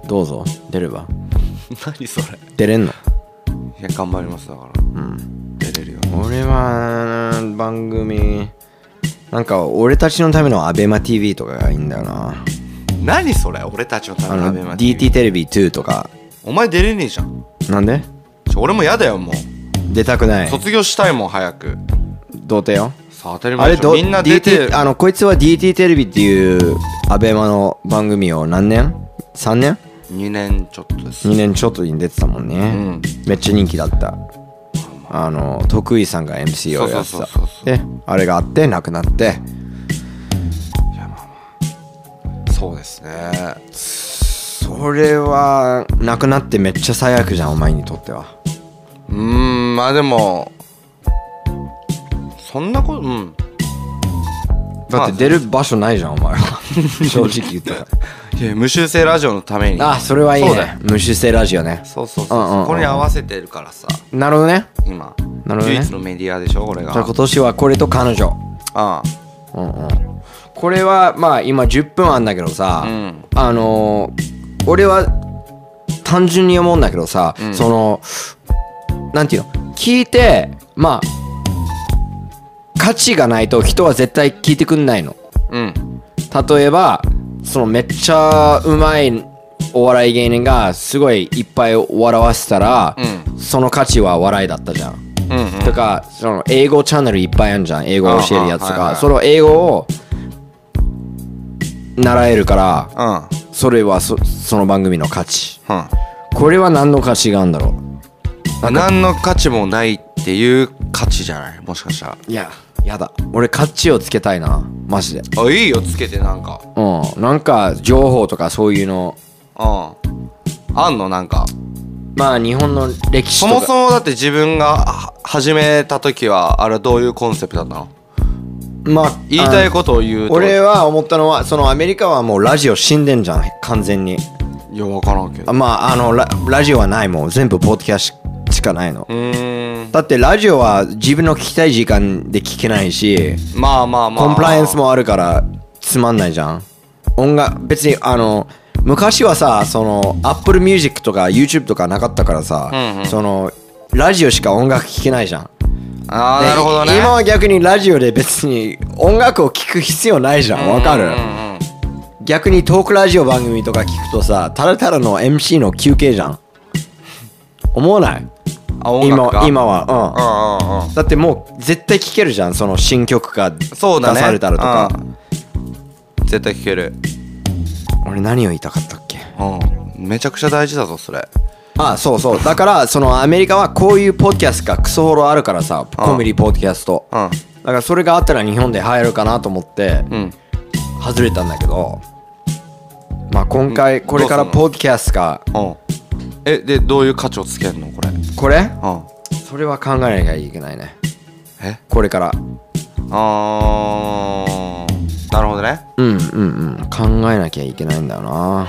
S3: う
S2: どうぞ出れば
S3: 何それ
S2: 出れんの
S3: いや頑張りますだからうん出れるよ
S2: 俺は番組なんか俺たちのためのアベマ t v とかがいいんだよな
S3: 何それ俺たちのた
S2: あ
S3: めの
S2: の
S3: ABEMA
S2: DT テレビ2とか
S3: お前出れねえじゃん
S2: なんで
S3: ちょ俺もやだよもう
S2: 出たくない
S3: 卒業したいもん早く
S2: 童貞よ
S3: さあ当たり
S2: あ
S3: 前
S2: れ
S3: でしょ
S2: ど
S3: みんな出て
S2: DT あのこいつは DT テレビっていうアベマの番組を何年 ?3 年
S3: 2年ちょっとです
S2: 2年ちょっとに出てたもんね、
S3: うん
S2: めっちゃ人気だったあの徳井さんが MC をやって
S3: そうそう
S2: た
S3: そうそう
S2: であれがあってなくなって
S3: そうですね
S2: それはなくなってめっちゃ最悪じゃんお前にとっては
S3: うーんまあでもそんなことうん
S2: だって出る場所ないじゃんお 前は正直言ったら
S3: いや無修正ラジオのために
S2: あそれはいい
S3: そうだ
S2: ね
S3: よ
S2: 無修正ラジオね
S3: そうそうそう,、
S2: うんうんうん
S3: これに合わせてるからさ
S2: なるほどね
S3: 今
S2: なるほどね
S3: 唯一のメディアでしょこれが
S2: じゃあ今年はこれと彼女
S3: あ
S2: うんうんこれはまあ今10分あんだけどさ、
S3: うん
S2: あのー俺は単純に思うんだけどさ、
S3: ん
S2: そのなんていうの聞いてまあ価値がないと人は絶対聞いてくんないの
S3: あうん
S2: 例えばそのめっちゃうまいお笑い芸人がすごいいっぱい笑わせたら、
S3: う
S2: その価値は笑いだったじゃん
S3: うんうん
S2: とかその英語チャンネルいっぱいあるじゃん英語を教えるやつと
S3: ああはいはい
S2: か
S3: はい
S2: その英語を習えるから
S3: うんうん
S2: それはそその番組の価値これは何の価値があるんだろ
S3: 何の価値もないっていう価値じゃないもしかした
S2: ういややだ俺価値をつけたいなマジで
S3: らあいいよつけてなんか
S2: うんなんか情報とかそういうの
S3: うんあんのなんか
S2: まあ日本の歴史
S3: そ
S2: とか
S3: もそもだって自分がは始めた時はあれはどういうコンセプトだったの
S2: まあ
S3: 言いた
S2: あ
S3: いことを言うと
S2: 俺は思ったのはそのアメリカはもうラジオ死んでんじゃん完全に
S3: いや分からんけど
S2: あまああのララジオはないもん全部ポッドキャストしかないの
S3: うーん
S2: だってラジオは自分の聞きたい時間で聞けないし、
S3: まあまあまあ
S2: コンプライアンスもあるからつまんないじゃん音楽別にあの昔はさその Apple Music とか YouTube とかなかったからさ、
S3: うんうん
S2: そのラジオしか音楽聴けないじゃん
S3: ああ
S2: で
S3: なるほどね
S2: 今は逆にラジオで別に音楽を聴く必要ないじゃんわかる、
S3: うんうんうん
S2: 逆にトークラジオ番組とか聞くとさただただの MC の休憩じゃん思わない
S3: あ音楽
S2: 今
S3: が
S2: 今はうん
S3: うんうんうん
S2: だってもう絶対聴けるじゃんその新曲が出
S3: そうだね
S2: されたらとか、
S3: うん絶対聞ける
S2: 俺何を言いたかったっけ
S3: うんめちゃくちゃ大事だぞそれ
S2: あそうそうだからそのアメリカはこういうポッドキャストがクソほどあるからさコメディポッドキャスト
S3: う
S2: だ
S3: ん
S2: からそれがあったら日本で入るかなと思って
S3: うん
S2: 外れたんだけどまあ今回これから
S3: どうすん
S2: ポッドキャストが
S3: うんえでどういう価値をつけるのこれう
S2: これ
S3: ん
S2: それは考えなきゃいけないね
S3: え
S2: これから
S3: あーなるほどね
S2: うんうんうん考えなきゃいけないんだよな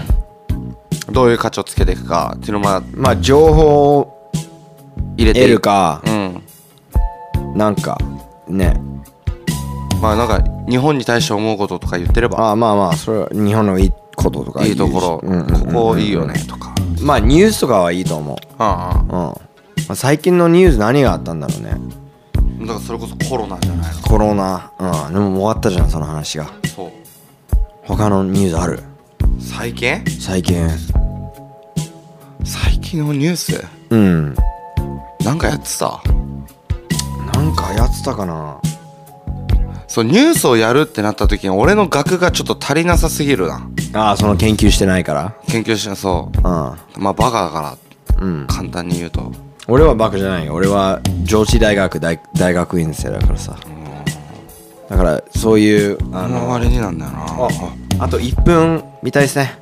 S3: どういう価値をつけていくかっていうのをまあ
S2: まあ情報を
S3: 入れてい
S2: 得るか
S3: うん
S2: なんかね
S3: まあなんか日本に対して思うこととか言ってれば
S2: あまあまあそれは日本のいいこととか
S3: いい
S2: 言
S3: と
S2: うし
S3: ころ
S2: うんうんうんうん
S3: ここいいよねとか
S2: まあニュースとかはいいと思う
S3: うんう
S2: う
S3: ん
S2: んまあ、最近のニュース何があったんだろうね
S3: だからそれこそコロナじゃないの
S2: コロナうんでも終わったじゃんその話が
S3: そう
S2: 他のニュースある
S3: 最近
S2: 最近
S3: 最近のニュース
S2: うん
S3: なんかやってた
S2: なんかやってたかな
S3: そうニュースをやるってなった時に俺の額がちょっと足りなさすぎるな
S2: ああその研究してないか
S3: 研究してそ
S2: ら
S3: うまあバカだか
S2: うんう
S3: ら
S2: ん
S3: 簡単に言うと
S2: 俺はバカじゃないよ俺は上智大学大大学院生だからさだからそういうあ
S3: あの
S2: の
S3: 割になんだよな
S2: ああと1分みたいですね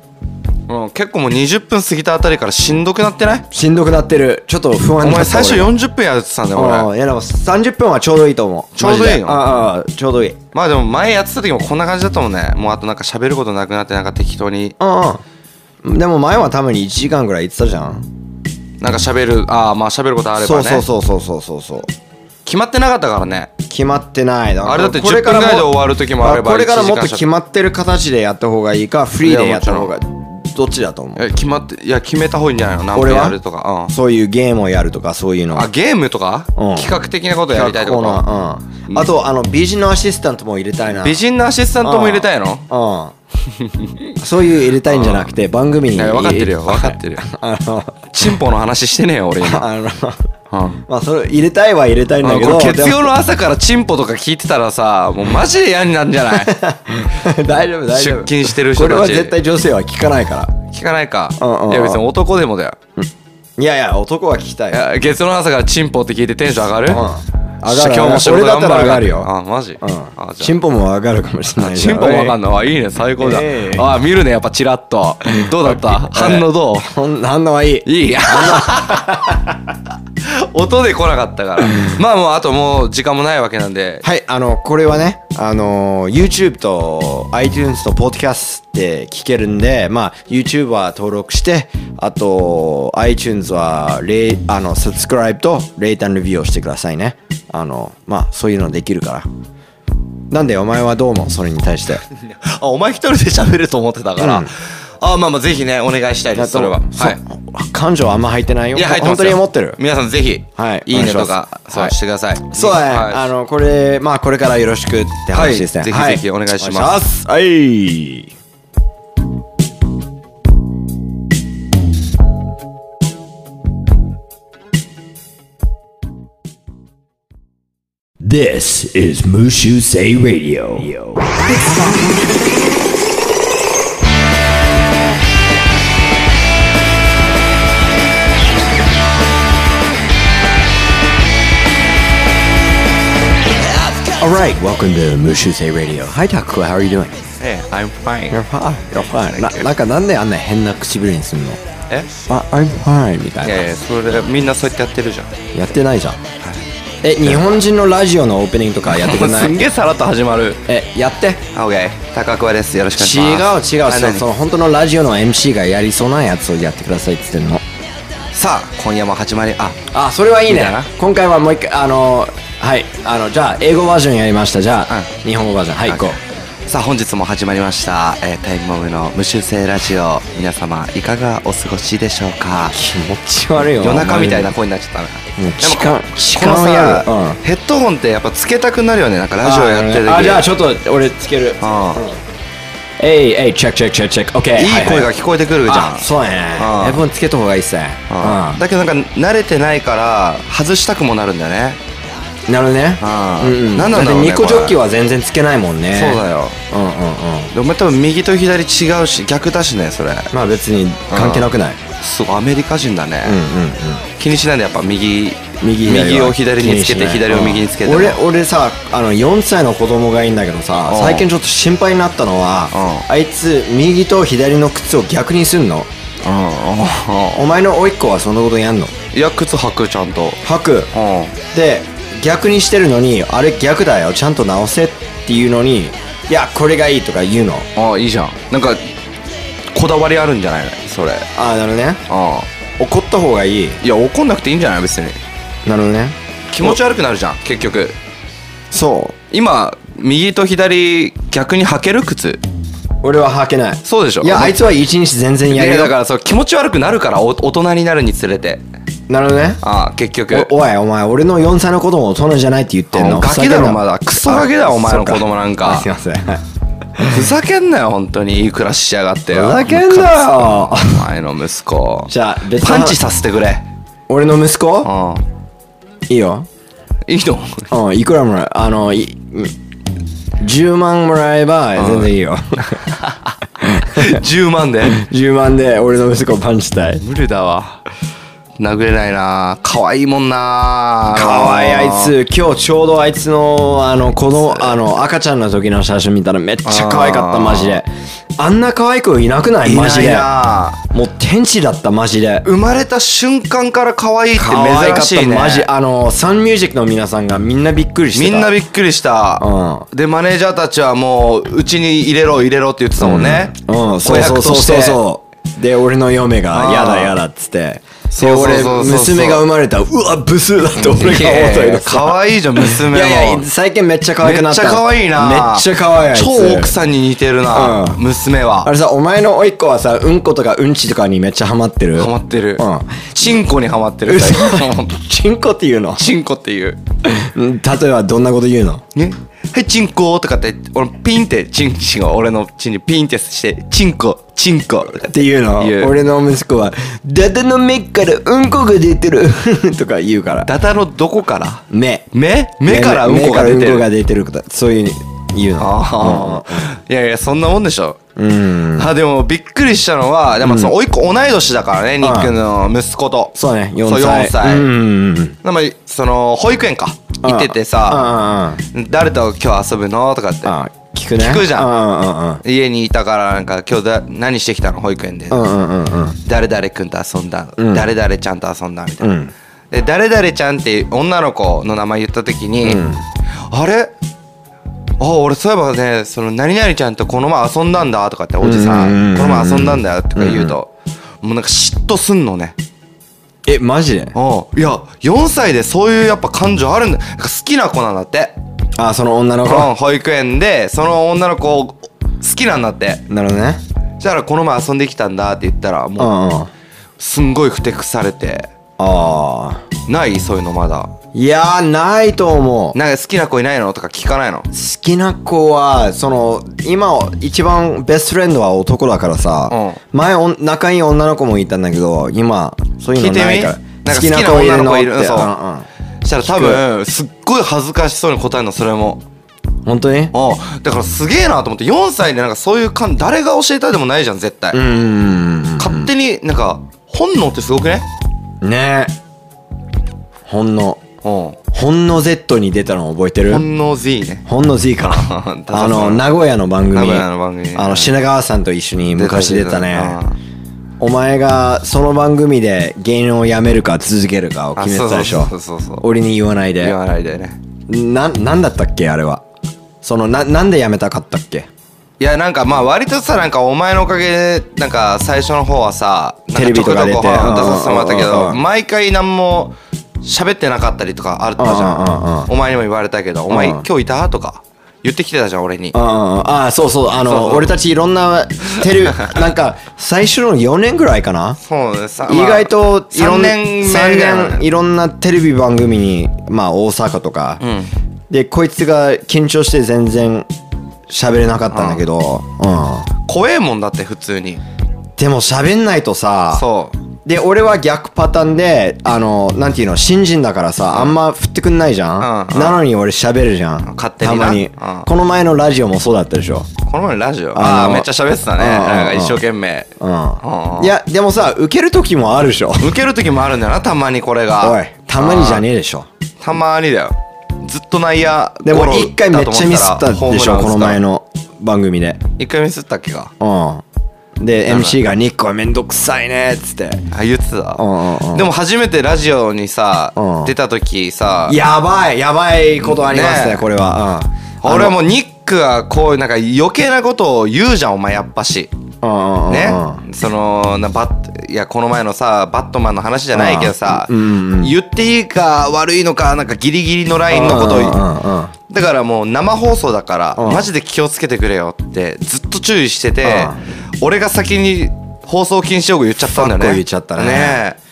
S3: うん、結構もう20分過ぎたあたりからしんどくなってない
S2: しんどくなってるちょっと不
S3: お
S2: 安にな
S3: 前
S2: った
S3: 最初
S2: 俺
S3: 40分やってたんだよ
S2: あ
S3: 俺
S2: あいやでも30分はちょうどいいと思う
S3: ちょうどいい
S2: マジ
S3: の
S2: でああああちょうどいい
S3: まあでも前やってた時もこんな感じだったもんねもうあとなんか喋ることなくなってなんか適当に
S2: うんうんでも前は多分1時間ぐらい行ってたじゃん、
S3: なんか喋るああまあ喋ることあれば
S2: そう
S3: ね
S2: そうそうそうそうそうそう
S3: 決まってなかったからね
S2: 決決まってないだから
S3: あれだって
S2: これ
S3: 10分
S2: から
S3: ぐらいで
S2: も
S3: 終わる時もあれば
S2: これからもっ
S3: 1
S2: と
S3: 時間
S2: 決まってる形でやった方がいいかフリーでやった方が
S3: い
S2: どっちだと思
S3: え決まっていや決めた方がいいんじゃないの何
S2: 俺
S3: 分
S2: は
S3: やるとか
S2: うそういうゲームをやるとかそういう
S3: う
S2: の
S3: んあゲームとか
S2: うん
S3: 企画的なことやりたいってこ
S2: 企画
S3: と
S2: コーナーうんあとあの美人のアシスタントも入れたいな
S3: 美人のアシスタントも入れたいの
S2: うんそういう入れたいんじゃなくて番組に
S3: いや分かってるよ分かってるよ
S2: あ の
S3: チンポの話してねえよ俺 今
S2: あの
S3: うん
S2: まあそれ入れたいは入れたいん
S3: あ
S2: だ
S3: の
S2: け
S3: こ
S2: ど
S3: れ月曜
S2: で
S3: の朝からチンポとか聞いてたらさもうマジで嫌になるんじ ゃない
S2: も 大丈夫大丈夫
S3: 出勤してる人
S2: こ
S3: たち
S2: れは絶対女性は聞かないから
S3: 聞かないか
S2: うんうんうん
S3: いや別に男でもだよ
S2: いやいや男は聞きたい
S3: いや月曜の朝からチンポって聞いてテンション上がる
S2: うん上がる
S3: 今日も仕事
S2: 俺だ
S3: 頑
S2: った
S3: 張
S2: ら
S3: る
S2: 上がる
S3: あ
S2: よ
S3: マジ
S2: うん
S3: あじゃあ
S2: チンポも上がるかもしれない
S3: チンポもわかん
S2: ない
S3: のあいいね最高だ
S2: ええ
S3: あ見るねやっぱチラッとどうだった反応ど
S2: 反応はいいう
S3: いい 音で来なかったからまあもうあともう時間もないわけなんで
S2: はいあのこれはねあの YouTube と iTunes と Podcast で聞けるんでまあ YouTube は登録してあと iTunes はレイあのサブスクライブとレイタンレビューをしてくださいねあのまあそういうのできるからなんでお前はどうもそれに 対して
S3: あお前一人で喋ると思ってたから、
S2: うん
S3: あまあまあぜひねお願いしたいですそれははい
S2: い感情あんま入ってないよ
S3: いや入って
S2: 本
S3: ます
S2: 当
S3: よ
S2: に思ってる
S3: 皆さんぜひ、
S2: はい
S3: いね
S2: お願
S3: と
S2: いしま
S3: か
S2: す
S3: そう、
S2: はい
S3: してください
S2: そうだね、
S3: はい
S2: あのこれまあこれからよろしくって話ですね、
S3: はいぜひぜひお願いします
S2: すはい
S1: This is Mushu Say Radio.
S2: はい Alright, welcome to Mushu Say Radio. Hi, Taku, how are you doing?
S3: Hey, I'm fine
S2: You're fine. You're fine. ななんかなんであんな変な唇にすんの
S3: え
S2: I- ?I'm fine みたい
S3: い
S2: な。
S3: やいやそれみんなそうやってやってるじゃん
S2: やってないじゃん。え、日本人のラジオのオープニングとかやってくんな
S3: すん
S2: い
S3: げえさらっと始まる
S2: え、やって。
S3: あ OK 高桑ですよろしくお
S2: 違う
S3: 願いします
S2: 違う
S3: あ
S2: その
S3: 何
S2: その本当のラジオの MC がやりそうなやつをやってくださいって言ってんの
S3: さあ今夜も始まりあ
S2: あそれはいい
S3: いい
S2: ね
S3: んだな
S2: 今回はもう一回あのはいあのじゃあ英語バージョンやりましたじゃあ、
S3: うん
S2: 日本語バージョンはい行こう
S3: さあ本日も始まりました、えー、タイムボムの無修正ラジオ皆様いかがお過ごしでしょうか
S2: 気持ち悪いよ
S3: 夜中みたいな声になっちゃったな
S2: もう
S3: でも
S2: 痴漢
S3: こ
S2: 痴
S3: こ
S2: 漢
S3: の
S2: をや
S3: さ
S2: るうん
S3: ヘッドホンってやっぱつけたくなるよねなんかラジオやってる時
S2: あじゃあちょっと俺つける
S3: うん
S2: えいえいチェックチェックチェックチェックオッケー
S3: いい声が聞こえてくるじゃん
S2: そうやね
S3: うん
S2: ヘッドホンつけた方がいいっすね
S3: うんだけどなんか慣れてないから外したくもなるんだよね
S2: うんなるほどね
S3: うん
S2: うん
S3: なんなんだろうね
S2: ってニコジョッキは全然つけないもんね
S3: そうだよ
S2: うんうんうん
S3: でも多分右と左違うし逆だしねそれ
S2: まあ別に関係なくない
S3: すごいアメリカ人だね
S2: うんうんうん
S3: 気にしないでやっぱ右
S2: 右左は
S3: 右を左につけ
S2: 気しな
S3: て
S2: い
S3: 左を右につけて
S2: うん俺俺さあの4歳の子供がいいんだけどさ
S3: うん
S2: 最近ちょっと心配になったのは
S3: う
S2: あいつ右と左の靴を逆にすんの
S3: うんうんうん
S2: お前の甥っ子はそんなことやんの
S3: いや靴履くちゃんと
S2: 吐く
S3: うん
S2: で逆にしてるのにあれ逆だよちゃんと直せっていうのにいやこれがいいとか言うの
S3: ああいいじゃんなんかこだわりあるんじゃないそれ
S2: ああなるほどね
S3: ああ
S2: 怒った方がいい
S3: いや怒んなくていいんじゃない別に
S2: なるほどね
S3: 気持ち悪くなるじゃん結局
S2: そ
S3: 今右と左逆に履ける靴
S2: う俺は履けない
S3: そうでしょ
S2: いやあいつは一日全然
S3: い
S2: や
S3: や
S2: る
S3: だからそう気持ち悪くなるからお大人になるにつれて
S2: なるほどね
S3: ああ結局
S2: おおいお前俺の4歳の子供大人じゃないって言ってん
S3: あ
S2: の
S3: ガキ
S2: ふざけんな
S3: だろまだクソガキだ
S2: あ
S3: お前の
S2: そう
S3: 子供なんか
S2: あすいませんはい
S3: ふざけんなよ本当にいい暮らししやがっ
S2: ふ
S3: て
S2: ざけんなよ
S3: お前の息子
S2: じゃあ別の
S3: パンチさせてくれ
S2: 俺の息
S3: う
S2: 子
S3: ん
S2: いいよ
S3: いいの
S2: うんいくらもらえあのいうん10万もらえば全然いい よ
S3: 10万で
S2: 10万で俺の息子をパンチしたい
S3: 無理だわ殴れないな可愛いもんな
S2: かわいいあい
S3: い
S2: つ今日ちょうどあいつのあの子供あの赤ちゃんの時の写真見たらめっちゃ可愛かった
S3: あー
S2: マジであんな可愛い子いなくない
S3: な
S2: マジ
S3: い
S2: で
S3: な
S2: もう天使だったマジで
S3: 生まれた瞬間から可愛いって
S2: 可愛かっ
S3: 珍しい
S2: た
S3: ね
S2: マジあのサンミュージックの皆さんがみんなびっくりして
S3: み
S2: た
S3: んなびっくりした、
S2: う
S3: でマネージャーたちはもううちに入れろ入れろって言ってたもんね、
S2: うんうん
S3: 子
S2: そう
S3: 役
S2: そう
S3: と
S2: そう
S3: して
S2: そうそうで俺の嫁が「
S3: あー
S2: やだやだ」っつってで
S3: そうそうそう
S2: 俺
S3: そう
S2: 娘が生まれたらうわブスだって俺が思ったけどさ
S3: 可愛いじゃん娘も
S2: いやいや最近めっちゃ可愛くなった
S3: めっちゃ可愛いな
S2: めっちゃ可愛いあいつ
S3: 超奥さんに似てるな、
S2: うん
S3: 娘は
S2: あれさお前の甥っ子はさうんことかうんちとかにめっちゃハマってる
S3: ハマってる、
S2: うん
S3: チンコにハマってる
S2: 嘘
S3: 最近
S2: チンコっていうの
S3: チンコっていう
S2: うん例えばどんなこと言うの
S3: ねはいチンコとかって俺ピンってチンチンを俺のチンにピンってしてチンコチンコとかっ
S2: ってていうの
S3: 言う
S2: 俺の息子は「ダダの目からうんこが出てる」 とか言うから
S3: ダダのどこから
S2: 目
S3: 目目からうんこ
S2: 目か
S3: が出て
S2: らうんこ
S3: る
S2: が出てることそういう言うの
S3: ああ、いやいやそんなもんでしょ
S2: うん
S3: あでもびっくりしたのはでもその甥っ子同い年だからね、ニックの息子と
S2: そうね4
S3: そう
S2: 歳
S3: 4歳、
S2: うん
S3: でもその保育園か行っててさ
S2: あ
S3: 誰と今日遊ぶのとかって
S2: あ聞くね
S3: 聞くじゃん
S2: うんうんうん
S3: 家にいたからなんか今日だ何してきたの保育園で
S2: うんうんうんうん
S3: 誰々君と遊んだ
S2: うん
S3: 誰々ちゃんと遊んだみたいな、
S2: うん
S3: で誰々ちゃんって女の子の名前言った時に、
S2: うん
S3: あれあ俺そういえばねその何々ちゃんとこの前遊んだんだとかっておじさ
S2: うんうんうん
S3: ん
S2: うん
S3: この前遊んだんだよとか言うと、もうなんか嫉妬すんのね
S2: えマジで
S3: うんいや4歳でそういうやっぱ感情あるんだなんか好きな子なんだって
S2: あその女の
S3: う
S2: 子
S3: ん保育園でその女の子を好きなんだって
S2: なるほどね
S3: そしたらこの前遊んできたんだって言ったら
S2: う
S3: もうん
S2: うん
S3: すんごいふてくされて
S2: ああ
S3: ないそういうのまだ
S2: いやーないと思う
S3: なんか好きな子いないのとか聞かないの
S2: 好きな子はその今一番ベストフレンドは男だからさ、前お仲いい女の子もいたんだけど今そういうのないから
S3: 聞いてみなんか好きな女の子いる
S2: 好きな子いるのって
S3: そう
S2: うん
S3: したら多分すっごい恥ずかしそうに答えるのそれも
S2: うん本当に
S3: うんだからすげえなと思って4歳でなんかそういう感誰が教えたでもないじゃん絶対、
S2: うー
S3: 勝手になんか本能ってすごくね
S2: んねえほんの
S3: うん
S2: ほんの Z に出たの覚えてる
S3: 本能 Z ね
S2: ほんの Z か
S3: ダサ
S2: あ
S3: そう
S2: の名古屋の番組
S3: 名古屋の番組
S2: あの品川さんと一緒に昔出たね
S3: うん
S2: お前がその番組で芸人を辞めるか続けるかを
S3: あ
S2: 決めてたでしょ
S3: そうそうそうそうそう
S2: 俺に言わないで
S3: 言わないでね
S2: ななんだったっけあれはそのななんで辞めたかったっけ
S3: いやなんかまあ割とさなんかお前のおかげでなんか最初の方はさなん
S2: テレビとか出て
S3: ちょこちょこ話させてもらったけ
S2: うんうんうんう
S3: ど
S2: ん
S3: 毎回何も喋ってなかったりとかあったじ
S2: うんうん
S3: ゃ
S2: うん
S3: お前にも言われたけど「お前
S2: うん
S3: 今日いた?」とか言ってきてたじゃん俺に
S2: ああああそうそうあの
S3: そう
S2: 俺たちいろんなテ レビなんか最初の4年ぐらいかな
S3: そうねさ
S2: 意外といろん
S3: 3年目
S2: 三
S3: ぐらいなの
S2: 年いろんなテレビ番組にまあ大阪とか、
S3: うん
S2: でこいつが緊張して全然喋れなかったんだけど、うん、
S3: 怖えもんだって普通に
S2: でも喋んないとさ
S3: そう
S2: で俺は逆パターンであのなんていうの新人だからさあんま振ってくんないじゃん、
S3: うんうん
S2: なのに俺喋るじゃん
S3: 勝手にな
S2: たまに、
S3: うん
S2: この前のラジオもそうだったでしょ
S3: この前のラジオ
S2: あの
S3: ああーめっちゃ喋ってたね
S2: うんうんうん
S3: なんか一生懸命
S2: うん
S3: うんうん
S2: いやでもさ受ける時もあるでしょ
S3: 受ける時もあるんだよなたまにこれが
S2: おいたまにじゃねえでしょ
S3: あーたまにだよずっと内野
S2: で
S3: ゴ
S2: も
S3: ロ
S2: 一回めっちゃミスった
S3: だと思
S2: で
S3: っ
S2: した
S3: ら
S2: ょこの
S3: ホームラン
S2: 前
S3: 打つから
S2: の番組で
S3: 一回ミスったっけか
S2: うんで
S3: なんだ
S2: MC が「ニッコはめんどくさいね」っつって
S3: あ言ってた
S2: うんうんうん
S3: でも初めてラジオにさ
S2: うん
S3: 出た時さ
S2: やばいやばいことありますね
S3: ねえ
S2: これは、うん、
S3: 俺はも
S2: う
S3: うニックはこういうなんか余計なことを言うじゃんお前やっぱしねそのなバッいやこの前のさバットマンの話じゃないけどさ
S2: あーうんうんうん
S3: 言っていいか悪いのかなんかギリギリのラインのことを
S2: と
S3: だからもう生放送だから
S2: うん
S3: マジで気をつけてくれよってずっと注意してて俺が先に放送禁止用語言っちゃったんだよ
S2: ファッ
S3: ね
S2: ク言っちゃったね
S3: ねえ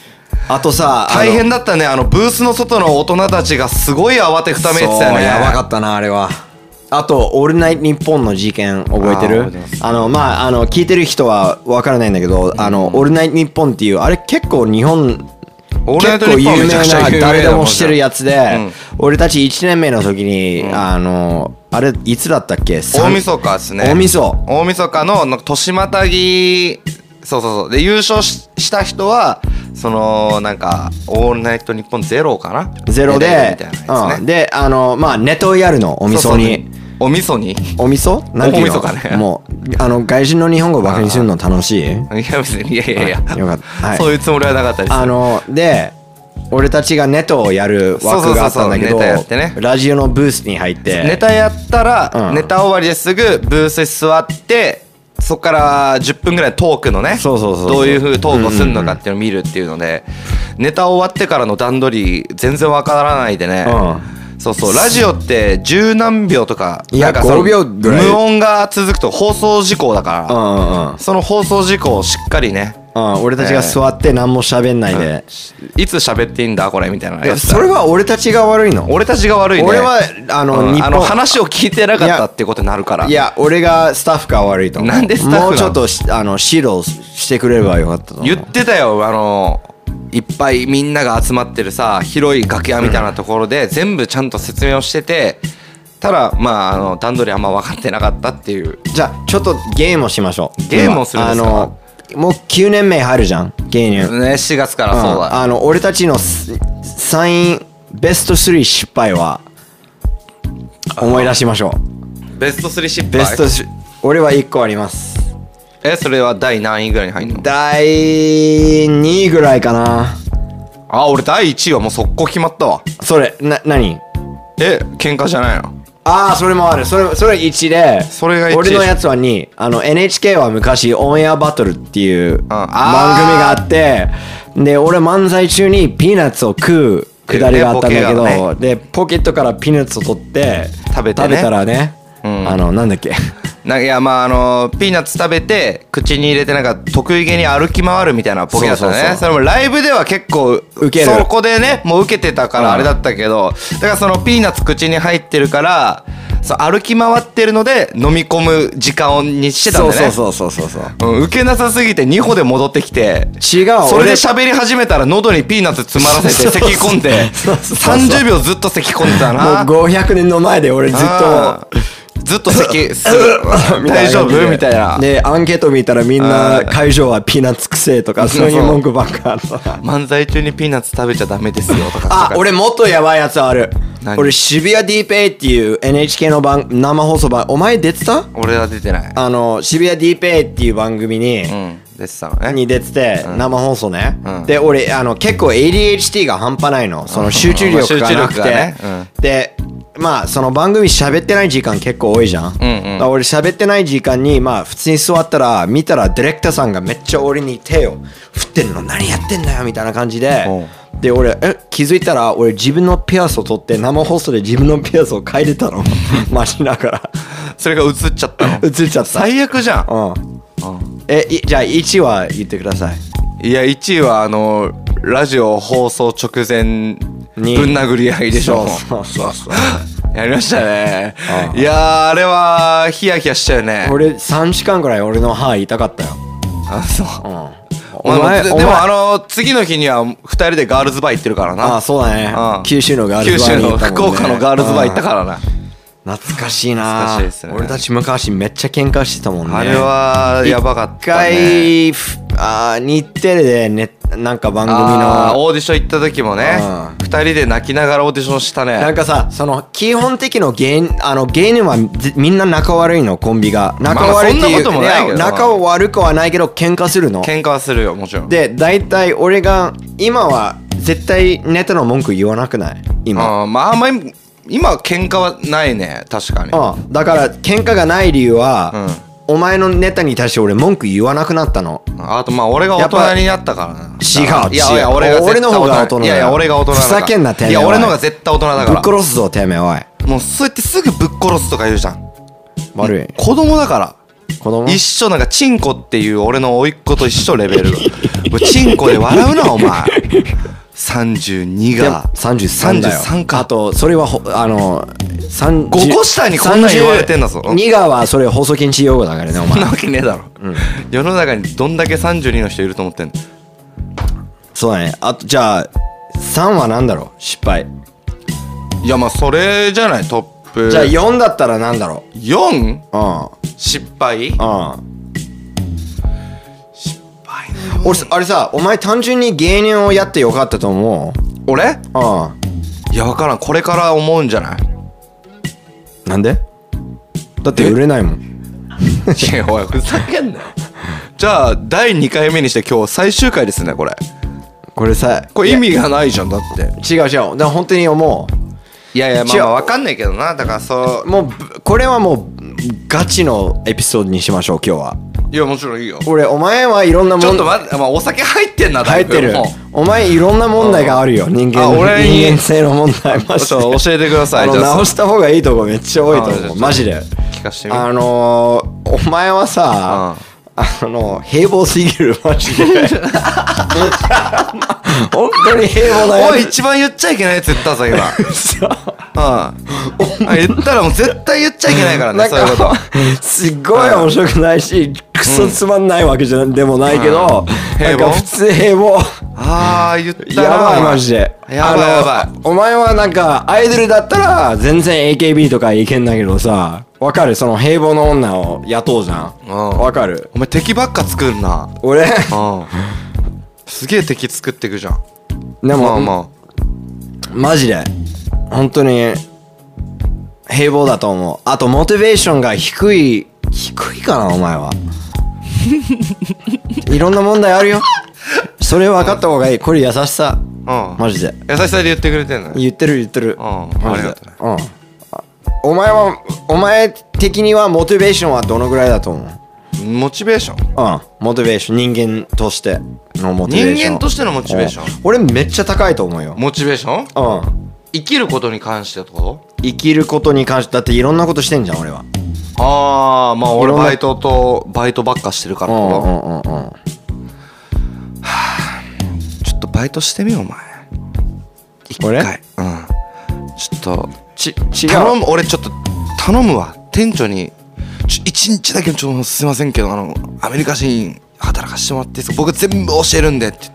S2: あとさあの
S3: 大変だったねあのブースの外の大人たちがすごい慌てふためいてたよ
S2: そう
S3: ね
S2: やばかったなあれはあと「オールナイトニッポン」の事件覚えて
S3: あー
S2: る
S3: 覚えてます
S2: あのまああの聞いてる人は分からないんだけど「あのオールナイトニッポン」っていうあれ結構日本
S3: オールナイ
S2: 結
S3: トニ
S2: 構
S3: ッポン
S2: 有
S3: めちゃく
S2: 名
S3: ちゃ有
S2: な
S3: 名
S2: 誰でもしてるやつ
S3: う
S2: で
S3: ん
S2: 俺たち1年目の時にあのあれいつだったっけ
S3: 大晦日ですね
S2: 大晦日
S3: 大晦日のなんか年またぎそうそうそうで優勝しした人はそのなんか「オールナイトニッポンゼロかな
S2: ゼロで
S3: みたいなやつね
S2: うん、であのまあネトウヤルのおみそに
S3: そうそうおみそにい
S2: おみそなんていうの
S3: 大晦日ね
S2: もうあの外人の日本語バカにするの楽しい
S3: や別にいやいやいや、
S2: あよかったはい
S3: そういうつもりはなかったです
S2: あので俺たちがネトをやる枠があったんだけ
S3: そ
S2: ど
S3: うそうそうそうネタやってね
S2: ラジオのブースに入って
S3: ネタやったら、
S2: うん
S3: ネタ終わりですぐブースに座ってそこから10分ぐらいトークのね
S2: そうそうそうそう
S3: どういうふうにトークをするのかっていうのを見るっていうので、ネタ終わってからの段取り全然わからないでね、そうそうラジオって十何秒とか
S2: いや
S3: なんかその
S2: 5秒ぐらい
S3: 無音が続くと放送事項だから、
S2: うんうん
S3: その放送事項をしっかりね
S2: うん、俺たちが座って何も喋んないで、
S3: いつ喋っていいんだこれみたいなの
S2: い
S3: や
S2: や
S3: つ
S2: それは俺たちが悪いの
S3: 俺たちが悪いね
S2: 俺はあの
S3: うん
S2: 日
S3: あ
S2: 本
S3: の話を聞いてなかったってことになるから
S2: いや俺がスタッフが悪いと思う
S3: なんでスタッフなの
S2: もうちょっとしあの指導してくれればよかったと思う
S3: 言ってたよあのいっぱいみんなが集まってるさ広い楽屋みたいなところで全部ちゃんと説明をしててただまああの段取りあんま分かってなかったっていう
S2: じゃあちょっとゲームをしましょう
S3: ゲームをするんですか
S2: あのもう9年目入るじゃん芸人
S3: ね4月からそう
S2: うん
S3: だ
S2: あの俺たちのスサインベスト3失敗は思い出しましょ
S3: ベスト3失敗
S2: うベストし、俺は1個あります
S3: えそれは第何位ぐらいに入んの
S2: 第2位ぐらいかな
S3: あ俺第1位はもう速攻決まったわ
S2: それな何
S3: え喧嘩じゃないの
S2: ああそれもあるそれそれ1で
S3: それが一
S2: 俺のやつは2あの NHK は昔オンエアバトルっていう番組
S3: あー
S2: があってで俺漫才中にピーナッツを食うくだりがあったんだけど、
S3: ねポ
S2: でポケットからピーナッツを取って
S3: 食べてね
S2: たらね、
S3: うん
S2: あのなんだっけ
S3: なんかいやまああのピーナッツ食べて口に入れてなんか得意げに歩き回るみたいなボケだったね
S2: そ
S3: そう
S2: そうそう
S3: れもライブでは結構
S2: ウケる
S3: そこでねもう受けてたか
S2: う
S3: ら
S2: ん
S3: あれだったけど、だからそのピーナッツ口に入ってるからそう歩き回ってるので飲み込む時間にしてたんだ
S2: そう
S3: ね
S2: そうそうそうそうそう
S3: うん、受けなさすぎて2歩で戻ってきて
S2: 違う
S3: それ
S2: 俺
S3: で喋り始めたら喉にピーナッツ詰まらせて咳き込ん で
S2: そうそうそう
S3: 30秒ずっと咳き込んでたな
S2: もう500年の前で俺ずっと
S3: あーずっと 咳す る大丈夫みたいな
S2: でアンケート見たらみん
S3: あ
S2: な
S3: ー
S2: 会場はピーナッツくせえとかそういう文句ばっかあった
S3: 漫才中にピーナッツ食べちゃダメですよとか
S2: あ
S3: とか
S2: 俺もっとやばいやつある
S3: 何
S2: 俺渋谷 DPay っていう NHK の番生放送番お前出てた
S3: 俺は出てない
S2: あの渋谷 DPay っていう番組に、
S3: うん出てたのね
S2: に出てて、生放送ね、
S3: うん
S2: で俺あの結構 ADHD が半端ないのその集中力がなくて、
S3: 集中力がねうん
S2: でまあその番組喋ってない時間結構多いじゃん、
S3: んうん
S2: だから俺喋ってない時間にまあ普通に座ったら見たらディレクターさんがめっちゃ俺に手を振ってんの何やってんだよみたいな感じで、で俺え気づいたら俺自分のピアスを取って生放送で自分のピアスを嗅いでた のマシだから
S3: それが映っちゃったの
S2: 映っちゃった
S3: 最悪じゃん
S2: うんえいじゃあ1は言ってください
S3: いや1位はあのラジオ放送直前
S2: に
S3: ぶん殴り合いでしょ
S2: そうそうそう
S3: やりましたね
S2: うん
S3: いやーあれはヒヤヒヤしたよね
S2: 俺3時間ぐらい俺の歯痛かったよ、
S3: あそう
S2: うん、
S3: まあでで
S2: お
S3: も
S2: 前
S3: あの次の日には2人でガールズバー行ってるから
S2: あ
S3: な
S2: あそうだね、
S3: うん
S2: 九州のガール
S3: 九
S2: ズバー
S3: 州
S2: に行
S3: の
S2: ったもん、ね、
S3: 福岡のガールズバー行った
S2: ら
S3: からな
S2: 懐かしいな
S3: 懐かしいですね
S2: 俺たち昔めっちゃ喧嘩してたもんね
S3: あれはやばかったね
S2: 一回ふあー日テレでねなんか番組
S3: あー
S2: の
S3: オーディション行った時もね
S2: うん
S3: 二人で泣きながらオーディションしたね
S2: なんかさその基本的の芸人あの芸人はぜみんな仲悪いのコンビが
S3: あ
S2: 仲悪いっていう、
S3: そんなこともないけどな
S2: 仲悪くはないけど喧嘩するの
S3: 喧嘩はするよもちろん
S2: で大体俺が今は絶対ネタの文句言わなくない今
S3: あーまああんまり今は喧嘩はないね確かに
S2: うんだから喧嘩がない理由は、お前のネタに対して俺文句言わなくなったの
S3: あとまあ俺が大人になったからな
S2: 違う
S3: いやい
S2: 違
S3: や
S2: う
S3: 俺が絶対
S2: 俺の方が大人だ
S3: いやいや俺が大人だから
S2: ふざけんなてめえ
S3: いや
S2: おい
S3: 俺の方が絶対大人だ
S2: ぶっ
S3: から
S2: 殺すぞてめえおい
S3: もうそうやってすぐぶっ殺すとか言うじゃん
S2: 悪い
S3: 子供だから
S2: 子供
S3: 一緒なんかチンコっていう俺の甥っ子と一緒レベ ルもうチンコで笑うなお前32
S2: で
S3: が
S2: 33だよ
S3: 33か
S2: あとそれはほあの5
S3: 五個下にこんなん言われてんだぞ
S2: 2がはそれ放送禁止用語だからねお
S3: そん
S2: 前
S3: なわけねえだろ、世の中にどんだけ32の人いると思ってんの
S2: そうだねあとじゃあ3は何だろう失敗
S3: いやまあそれじゃないトップ
S2: じゃあ4だったら何だろ
S3: 4?
S2: う
S3: 失敗失
S2: うんうん
S3: 敗
S2: 俺さあれさお前単純に芸人をやってよかったと思う
S3: 俺
S2: あ
S3: いやわからんこれから思うんじゃ ない
S2: あなんでだって売れないもん
S3: いやおいふざけんなよじゃあ第2回目にして今日最終回ですねこれ
S2: これさ
S3: これ意味がないじゃんだって
S2: 違う違うだから本当に思
S3: いやいやま
S2: 違う
S3: あわかんないけどなだからそう
S2: もうぶこれはもうガチのエピソードにしましょう今日は
S3: いやもちろんいいよち
S2: 俺お前はいろんなもん
S3: ょっと待って、まあ、お酒入ってんなだ
S2: 入
S3: い
S2: っ
S3: ぶ
S2: てる
S3: もう
S2: お前いろんな問題があるよ人間
S3: あ俺に
S2: 人間性の問題マジ
S3: ち
S2: で
S3: ょっと教えてくださ
S2: あ
S3: い
S2: の
S3: じゃあ
S2: 直した方がいいとこめっちゃ多いと
S3: あじゃ
S2: 思
S3: あちょ
S2: う
S3: っと
S2: マジで
S3: 聞かしてみ
S2: あのーお前はさあの平凡すぎるマジ で本当に平凡なや
S3: おい
S2: つ
S3: 一番言っちゃいけないやつ言ったぞ今うんあ言ったらもう絶対言っちゃいけないから
S2: なん
S3: ねそういうこと
S2: かすっごい面白くないしクソつまんないわけじゃでもないけど
S3: うん
S2: なんか普通平凡
S3: ああ言ったな
S2: やばいマジで
S3: やばいやば
S2: あのお前はなんかアイドルだったら全然 AKB とかいけんだけどさわかるその平凡の女を雇うじゃん
S3: うん
S2: わかる
S3: お前敵ばっか作るな
S2: 俺
S3: うんすげえ敵作ってくじゃん
S2: で
S3: まあ
S2: も、
S3: ま
S2: マジで本当に平凡だと思うあとモチベーションが低い低いかなお前 はいろんな問題あるよそれ分かった方がいいこれ優しさ
S3: あうん
S2: マジで
S3: 優しさで言ってくれてんのね
S2: 言ってる言ってる
S3: うんあ
S2: マ
S3: り
S2: ジで
S3: がとうね
S2: うんあお前はお前的にはモチベーションはどのぐらいだと思う
S3: モチベーション
S2: うんモチベーション人間としてのモチベーション
S3: 人間としてのモチベーション
S2: うん俺めっちゃ高いと思うよ
S3: モチベーション
S2: うん
S3: 生きることに関してってこ
S2: 生きることに関してだっていろんなことしてんじゃん俺は
S3: とああまあ
S2: い
S3: 俺
S2: ろんな
S3: バイトとバイトばっかしてるか
S2: う
S3: ら
S2: んう
S3: こ
S2: んうんうん
S3: うちょっとバイトしてみようお前
S2: 俺
S3: 一回うんちょっと
S2: ち違
S3: 頼
S2: う
S3: む俺ちょっと頼むわ店長にちょ一日だけちょっとすいませんけどあのアメリカ人働かしてもらっていいですか僕全部教えるんでって言っ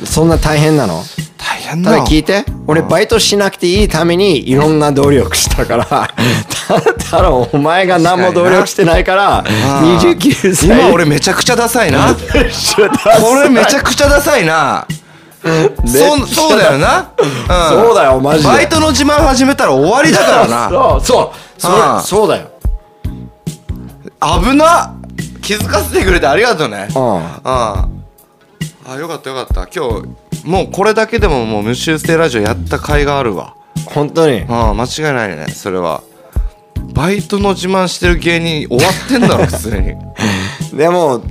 S3: て
S2: そんな大変なの
S3: 大変
S2: た
S3: だ
S2: だ
S3: よ
S2: 聞いて俺バイトしなくていいためにいろんな努力したからただただお前が何も努力してないから
S3: あー
S2: 29歳
S3: 今俺めちゃくちゃダサ いなこれめちゃくちゃダサいなそうそうだよな、ん
S2: そうだよマジで
S3: バイトの自慢始めたら終わりだからな
S2: そうそうそう
S3: ああ
S2: そうだよ
S3: 危な気づかせてくれてありがとうね
S2: うん
S3: あああよかったよかった今日もうこれだけでももう無修正ラジオやった甲斐があるわ
S2: 本当に
S3: ああ間違いないねそれはバイトの自慢してる芸人終わってんだ ろ普通に
S2: でも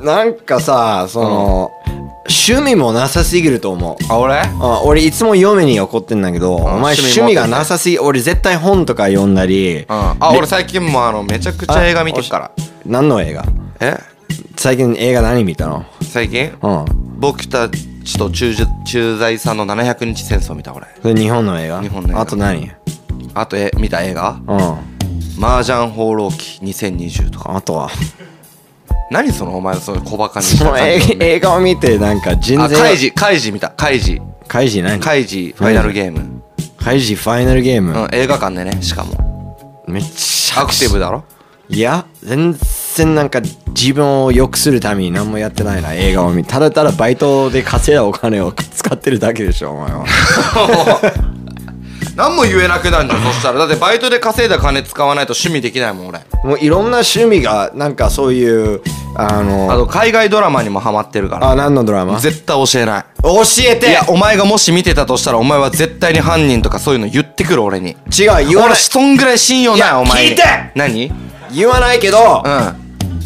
S2: なんかさその、趣味もなさすぎると思う
S3: あ俺
S2: あ俺いつも嫁に怒ってんだけど、お前
S3: 趣味
S2: 趣味がなさすぎ俺絶対本とか読んだり、
S3: あ
S2: め
S3: 俺最近もあのめちゃくちゃ映画見てるから
S2: 何の映画
S3: え
S2: 最近映画何見たの
S3: 最近
S2: うん
S3: 僕たちと駐駐在さんの700日戦争見た俺
S2: それ日本の映画
S3: 日本の映画
S2: あと何
S3: あとえ見た映画
S2: うん
S3: 「麻雀放浪記2020」とか
S2: あとは
S3: 何そのお前その小バカにし
S2: そ
S3: た
S2: の
S3: 感
S2: 映
S3: じ
S2: 画映画を見てなんか全
S3: あ
S2: 然
S3: カイジカイジ見たカイジ
S2: カイジ何
S3: カイジファイナルゲーム、
S2: カイジファイナルゲーム、
S3: うん、映画館でねしかも
S2: めっちゃ
S3: アクティブだろ
S2: いや全然なんか自分を良くするために何もやってないな映画を見ただただバイトで稼いだお金を使ってるだけでしょお前は
S3: 何も言えなくなるじゃんそしたらだってバイトで稼いだ金使わないと趣味できないもん俺
S2: もういろんな趣味がなんかそういうあの
S3: あと海外ドラマにもハマってるから
S2: あ何のドラマ
S3: 絶対教えない
S2: 教えて
S3: いやお前がもし見てたとしたらお前は絶対に犯人とかそういうの言ってくる俺に
S2: 違う言わな
S3: 俺
S2: い
S3: そんぐらい信用
S2: い
S3: ない
S2: や
S3: お前に
S2: 聞いて
S3: 何うん
S2: 言わないけど、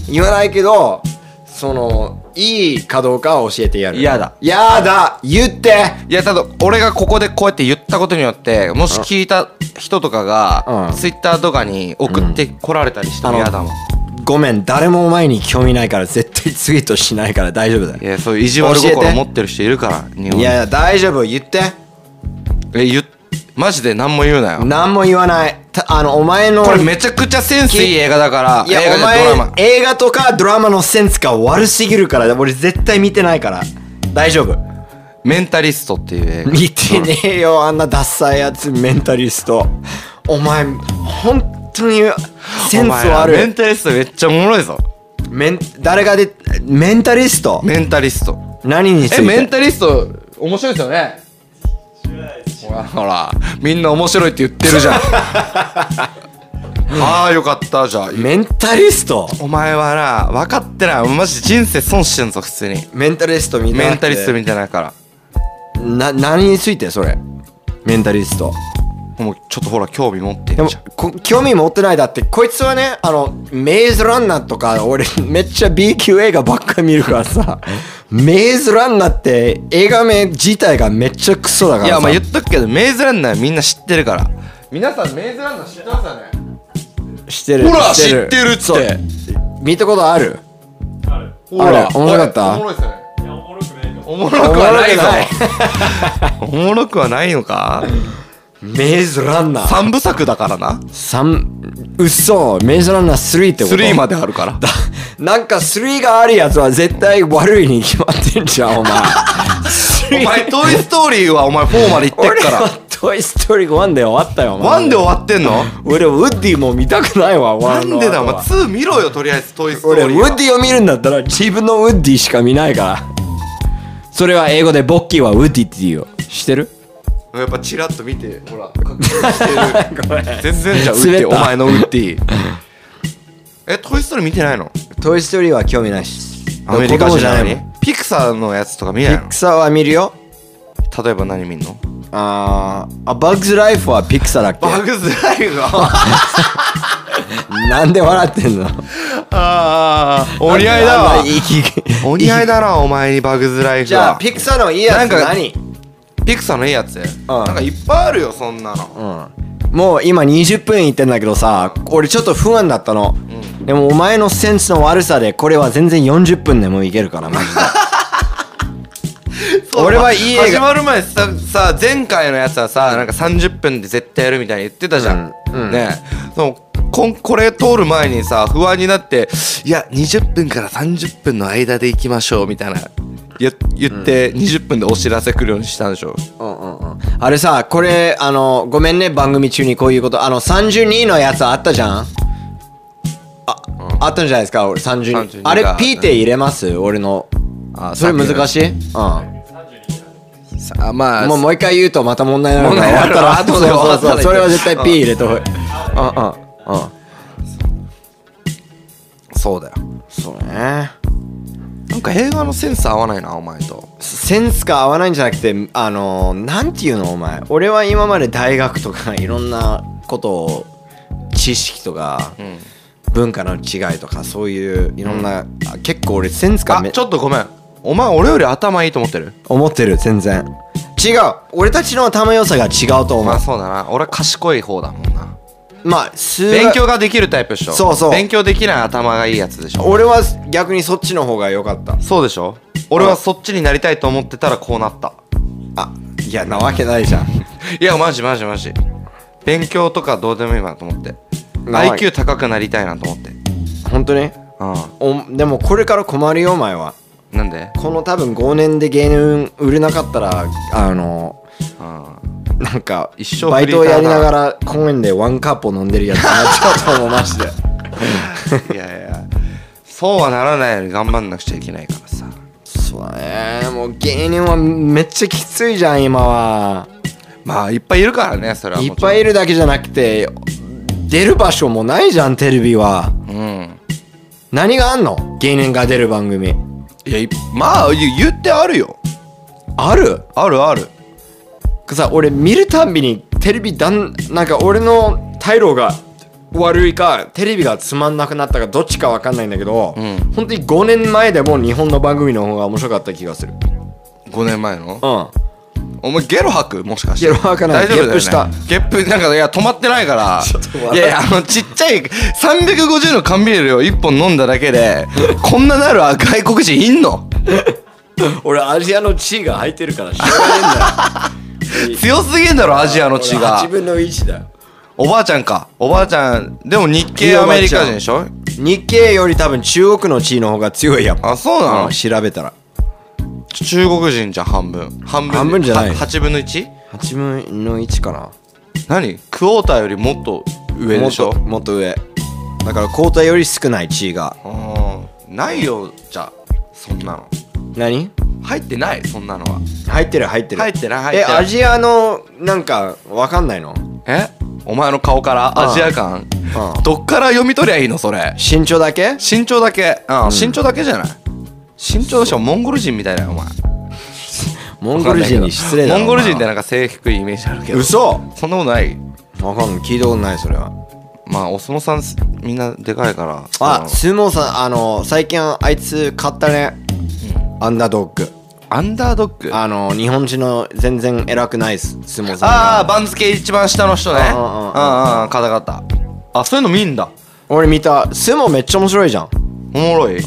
S2: 言わないけどそのいいかどうかは教えてやる
S3: やだ
S2: やだ言って
S3: いやただ俺がここでこうやって言ったことによってもし聞いた人とかが
S2: うん
S3: ツイッターとかに送ってこられたりしても嫌だもん
S2: ごめん誰もお前に興味ないから絶対ツイートしないから大丈夫だよ
S3: いやそういう意地悪
S2: 教え
S3: 心
S2: て
S3: 持ってる人いるから日本
S2: いやいや大丈夫言って
S3: え言っマジで何も言うなよ
S2: 何も言わないたあのお前の
S3: これめちゃくちゃセンスいい映画だから
S2: いや
S3: 映画
S2: お
S3: じゃ
S2: 前
S3: ドラマ
S2: 映画とかドラマのセンスが悪すぎるから俺絶対見てないから大丈夫
S3: メンタリストっていう映画
S2: 見てねえよあんなダッサいやつメンタリストお前本当にセンス
S3: お前メ
S2: 悪
S3: ン
S2: い
S3: タリストめっちゃおもろいぞ
S2: メン誰がでメンタリスト
S3: メンタリスト
S2: 何につい
S3: え
S2: て
S3: メンタリスト面白いですよねほらほらみんな面白いって言っ てるじゃんああよかったじゃあ
S2: メンタリスト
S3: お前はな分かってないマジ人生損してんぞ普通に
S2: メンタリストみたいな
S3: メンタリストみたいなから
S2: な何についてそれメンタリスト
S3: もうちょっとほら興味持って
S2: で
S3: ん
S2: も
S3: じゃん
S2: こ興味持ってないだってこいつはねあのメイズランナーとか俺めっちゃ B 級映画ばっか見るから さメイズランナーって映画名自体がめっちゃクソだから
S3: い
S2: さ
S3: やまあ言っとくけどメイズランナーみんな知ってるから皆さんメイズランナー知ってますよね
S2: してる
S3: ほら知ってるって
S2: そう見たことある
S3: ほ
S2: あらおもろかった
S3: おもろいっすよね
S4: いや、おもろくないよ。
S3: おもろくはないぞ
S2: い
S3: おもろくはないのか
S2: メイズランナー
S3: 三部作だからな
S2: 三うっそメイズランナー3ってこと
S3: 3まであるから
S2: なんか3があるやつは絶対悪いに決まってんじゃんお 前
S3: お前「トイ・ストーリー」はお前4までいってっ
S2: 俺
S3: か
S2: は
S3: ら
S2: トイ・ストーリー1で終わったよお前
S3: 1で終わってんの
S2: 俺ウッディも見たくないわ
S3: な
S2: ワンの
S3: んでだお前
S2: 後は
S3: 2見ろよとりあえず「トイ・スト
S2: 俺
S3: ー
S2: ウ
S3: リーは」
S2: ッディを見るんだったら自分のウッディしか見ないからそれは英語でボッキーはウッディって言うよ知ってる
S3: やっぱチラッと見てほら確認 してる全然じゃんウッ
S2: 滑
S3: デ
S2: った
S3: ィお前のウッディえトイ・ストーリー見てないの
S2: トイ・ストーリーは興味ないし
S3: アメリカ
S2: 子供
S3: 人な
S2: も
S3: のに
S2: ん
S3: ピクサーのやつとか見ないの
S2: ピクサーは見るよ
S3: 例えば何見んの
S2: あーあバグズ・ライフはピクサーだっ
S3: バ
S2: け
S3: グズライフが
S2: なんで笑ってんの
S3: あーお似合いだ
S2: なん
S3: わ
S2: であんな息が
S3: お似合いだなお前にバグズライフ
S2: じゃあ
S3: は
S2: ピクサーのいいやつ
S3: なんか
S2: 何
S3: ピクサーのいいやつなんかいっぱいあるよそんなの
S2: もう今20分いってんだけどさ俺ちょっと不安だったの、でもお前のセンスの悪さでこれは全然40分でもいけるからマジで俺はいい映画
S3: 始まる前ささ前回のやつはさなんか30分で絶対やるみたいに言ってたじゃん、
S2: うんうん
S3: ねえそのこんこれ通る前にさ不安になっていや20分から30分の間で行きましょうみたいな言言って20分でお知らせ来るようにしたんでしょ
S2: うんうんうんあれさこれあのごめんね番組中にこういうことあの32のやつあったじゃんあ、あったんじゃないですか俺32
S3: 32
S2: あれ
S3: が
S2: P って入れます、俺の
S3: あ
S2: それ難しいうん
S3: さあまあ
S2: もうもう一回言うとまた問題になるから
S3: 問題になるから
S2: 終わ
S3: 後で終わ
S2: ら
S3: っ
S2: そ
S3: た
S2: うそう
S3: ら
S2: そうそれは絶対 P 入れとくうんうんうん
S3: そうだよ
S2: そうね
S3: なんか映画のセンス合わないなお前と
S2: センスが合わないんじゃなくてあのなんていうのお前俺は今まで大学とかいろんなことを知識とか、
S3: ん
S2: 文化の違いとかそういういろんな、あ結構俺センスが
S3: あ
S2: め
S3: ちょっとごめんお前俺より頭いいと思ってる
S2: 思ってる全然違う俺たちの頭良さが違うと思う
S3: まあそうだな俺は賢い方だもんな
S2: まあ数
S3: 勉
S2: 学
S3: 強ができるタイプでしょ
S2: そうそう
S3: 勉強できない頭がいいやつでしょ
S2: 俺は逆にそっちの方が良かった
S3: そうでしょ俺はそっちになりたいと思ってたらこうなった
S2: あいやなわけないじゃん
S3: いやマジマジマジ勉強とかどうでもいいわと思って
S2: ない
S3: IQ 高くなりたいなと思って
S2: 本当に
S3: う
S2: おでもこれから困るよお前は
S3: んなんで
S2: この多分5年で芸人売れなかったらあの
S3: うん
S2: なんか
S3: 一生
S2: バイトを
S3: フリー
S2: や
S3: ター
S2: り
S3: だ
S2: ながら公園でワンカップを飲んでるやつになっちゃうと思うマジで
S3: いやいやそうはならないように頑張んなくちゃいけないからさ
S2: そうだねもう芸人はめっちゃきついじゃん今は
S3: まあいっぱいいるからねそれはい
S2: っ
S3: もちろん
S2: ぱいいるだけじゃなくて出る場所もないじゃんテレビは
S3: うん
S2: 何があんの芸人が出る番組
S3: いやいまあ言言ってあるよ
S2: ある
S3: あるある
S2: さ俺見るたんびにテレビだんなんか俺の退路が悪いかテレビがつまんなくなったかどっちかわかんないんだけど、
S3: うん
S2: 本当に5年前でも日本の番組の方が面白かった気がする
S3: 5年前の
S2: うん
S3: お前ゲロ吐くもしかして
S2: ゲロ吐かない
S3: 大丈夫だよ、ね、
S2: ゲップした
S3: ゲップなんかいや止まってないからいやいやあのちっちゃい350の缶ビールを1本飲んだだけでこんななる外国人いんの
S2: 俺アジアの地位が入ってるから知ら ないんだ
S3: 強すぎんだろアジアの血が
S2: 分の1だよ
S3: おばあちゃんかおばあちゃんでも日系アメリカ人でしょ
S2: 日系より多分中国の地位の方が強いやん
S3: あそうなの、
S2: うん調べたら
S3: 中国人じゃん半分半分
S2: 半分じゃない
S3: 8分の 1?
S2: 8分の1かな
S3: 何クォーターよりもっと上でしょ
S2: もっともっと上だから交代より少ない地位が
S3: あーないよじゃあそんなの
S2: 何
S3: 入ってないそんなのは
S2: 入ってる入ってる
S3: 入ってない入って
S2: え
S3: ない
S2: アジアのなんかわかんないの
S3: えお前の顔から
S2: ああ
S3: アジア感
S2: ああ
S3: どっから読み取りゃいいのそれ
S2: 身長だけ
S3: 身長だけうん身長だけじゃない身長でしょモンゴル人みたいだよお前
S2: モンゴル人に失礼だろ
S3: モンゴル人って
S2: な
S3: なんか背低いイメージあるけど
S2: 嘘
S3: そんなことない
S2: わかんない聞いたことないそれは
S3: まあお相撲さんすみんなでかいから
S2: あ相撲さんあの最近あいつ買ったねアンダードッグ
S3: アンダードッグあ
S2: あの日本人の全然偉くない相撲さんが
S3: あー番付一番下の人ね
S2: ああ
S3: うん
S2: あ
S3: うんうん方々あそういうの見んだ
S2: 俺見た相撲めっちゃ面白いじゃん
S3: おもろい、
S2: んうん
S3: ど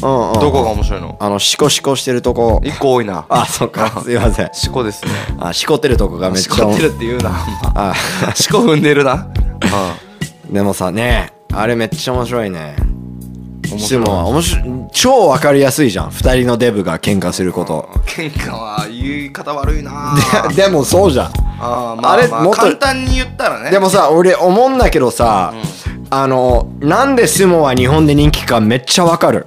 S3: こが面白いの
S2: あのシコシコしてるとこ
S3: 一個多いな
S2: あそっか すいません
S3: しこですね
S2: あしこってるとこがめっ
S3: し
S2: ちゃ
S3: こってるって言うなあんま
S2: あ
S3: しこ踏んでるな
S2: でもさねあれめっちゃ面白いね
S3: 面
S2: 相
S3: 白い
S2: 撲は面白い超わかりやすいじゃん二人のデブが喧嘩すること
S3: 喧嘩は言い方悪いな
S2: ででもそうじゃん
S3: あー、まあ、
S2: あれ
S3: まあ
S2: もっと
S3: 簡単に言ったらね
S2: でも さ俺思うんだけどさ、あのなんで相撲は日本で人気かめっちゃわかる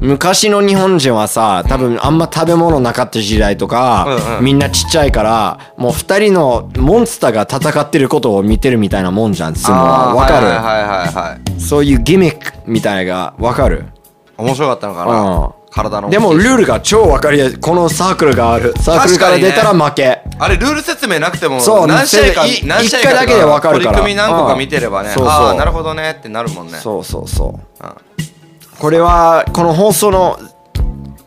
S2: 昔の日本人はさ多分あんま食べ物なかった時代とか、
S3: うんうん
S2: みんなちっちゃいからもう二人のモンスターが戦ってることを見てるみたいなもんじゃん相撲は
S3: あー
S2: わかる、
S3: はいはいはいはい、はい、
S2: そういうギミックみたいがわかる
S3: 面白かったのか
S2: うん
S3: な体の
S2: でもルールが超わかりやすいこのサークルがあるサークルから出たら負け、
S3: あれルール説明なくても
S2: そう
S3: 何試合か
S2: い
S3: 何試合
S2: 一回だけで分かるから
S3: 取り組み何個か見てればね
S2: うんそうそう
S3: ああなるほどねってなるもんね
S2: そうそうそう、
S3: うん
S2: これはこの放送の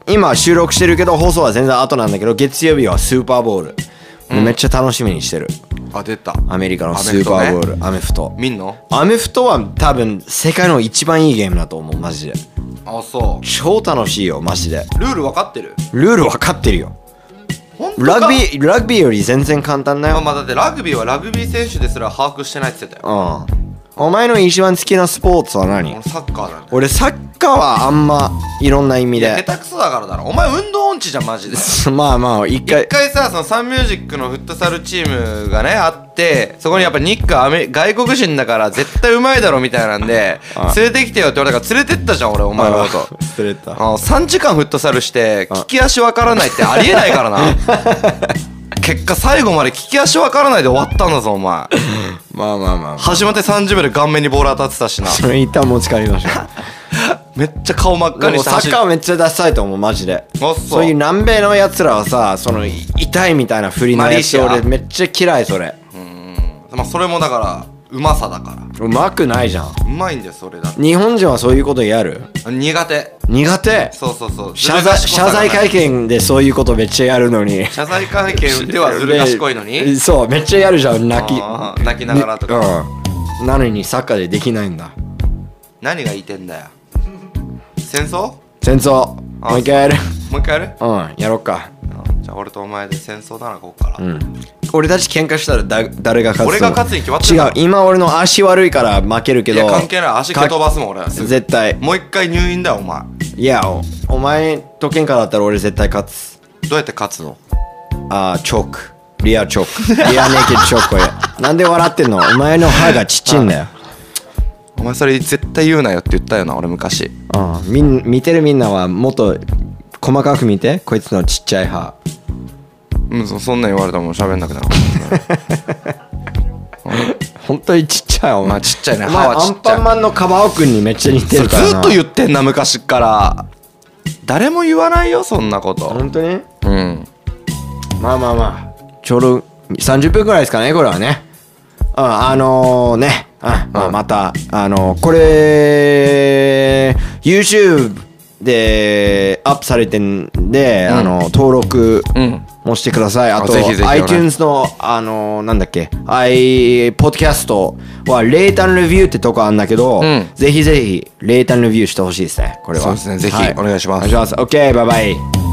S2: 今収録してるけど放送は全然後なんだけど月曜日はスーパーボール、もうめっちゃ楽しみにしてる
S3: あ出た
S2: アメリカのスーパーボールアメフト,、
S3: 見んの
S2: アメフトは多分世界の一番いいゲームだと思うマジで
S3: あそ
S2: 超楽しいよマジで
S3: うルール分かってる
S2: ルール分かってるよ
S3: 本当
S2: ラグビ
S3: ー
S2: ーラグビーより全然簡単だよ
S3: まあだってラグビーはラグビー選手ですら把握してないって言ってたよ
S2: うんお前の一番好きなスポーツは何
S3: 俺サッカーだね
S2: 俺サッカーはあんまいろんな意味で
S3: 下手くそだからだろお前運動音痴じゃんマジで
S2: まあまあ一回
S3: 一回さそのサンミュージックのフットサルチームがねあってそこにやっぱ日韓アメ外国人だから絶対うまいだろみたいなんで
S2: あ
S3: 連れてきてよって言われたから連れてったじゃん俺お前のこと
S2: あ忘れた
S3: あの3時間フットサルして利き足わからないってありえないか らな結果最後まで利き足わからないで終わったんだぞお 前
S2: まあまあまあ、
S3: 始まって30秒で顔面にボール当たってたしな
S2: それ一旦持ち帰りま しょう
S3: めっちゃ顔真っ赤
S2: で
S3: に
S2: も
S3: して
S2: サ
S3: 走
S2: ッ
S3: っ
S2: カーはめっちゃ出したいと思うマジで
S3: あそう
S2: いう南米のやつらはさそのい痛いみたいな振りの
S3: マレ
S2: や
S3: ーシ
S2: つ
S3: ア
S2: 俺めっちゃ嫌いそれ
S3: まあそれもだからうまさだから
S2: うまくないじゃん
S3: うまいんだよそれだって
S2: 日本人はそういうことやる
S3: 苦手
S2: 苦手
S3: そうそうそう
S2: 謝罪謝罪会
S3: 会
S2: 見でそういうことめっちゃやるのに
S3: 謝罪会見 ではずる賢いのに
S2: そうめっちゃやるじゃん泣き
S3: あー泣きながらとか、
S2: うん、なのにサッカーでできないんだ
S3: 何が言いてんだよ戦争
S2: 戦争
S3: あ
S2: もう一回やる
S3: もう一回やる
S2: うんやろっか
S3: うんじゃあ俺とお前で戦争だなこっから、
S2: 俺たち喧嘩したらだ誰が勝つと思う
S3: 俺が勝つに決まってんだろ
S2: 違う今俺の足悪いから負けるけ
S3: い
S2: ど
S3: や関係ない足蹴飛ばすもん俺はすぐ
S2: 絶対
S3: もう一回入院だよお前ど
S2: いやおお前と喧嘩だったら俺絶対勝つ
S3: うやって勝つの
S2: あーチョークリアチョークリアネイキッドチョーク やなんで笑ってんのお前の歯がちっちゃいんだよ
S3: お前それ絶対言うなよって言ったよな俺昔
S2: うんみん見てるみんなはもっと細かく見てこいつのちっちゃい歯
S3: うんそそんなん言われたらもう喋んなくなる
S2: 本当にちっちゃいお
S3: まあ
S2: 前
S3: ちっちゃいね
S2: お
S3: 歯
S2: 前
S3: は
S2: ア
S3: ちっ
S2: ン
S3: ちゃ
S2: パ
S3: い
S2: ンマンのカバオ君にめっちゃ似て
S3: ず
S2: るからな
S3: っと言ってんな昔から誰も言わないよそんなこと
S2: 本当に
S3: うん
S2: まあまあまあちょうど30分ぐらいですかねこれはねうんあのー、ね、うんまあ、またあのー、これ YouTube でアップされてんで、あのー登録
S3: うん
S2: もしてください、あと
S3: ぜひぜひお願い
S2: iTunes のあのー、なんだっけ i ポッドキャストはレータンレビューってとこあんだけど、
S3: ん
S2: ぜひぜひレータンレビューしてほしいですねこれは
S3: そうですねぜひ
S2: はい
S3: お願いしま
S2: お願
S3: す
S2: いします OK バイバイ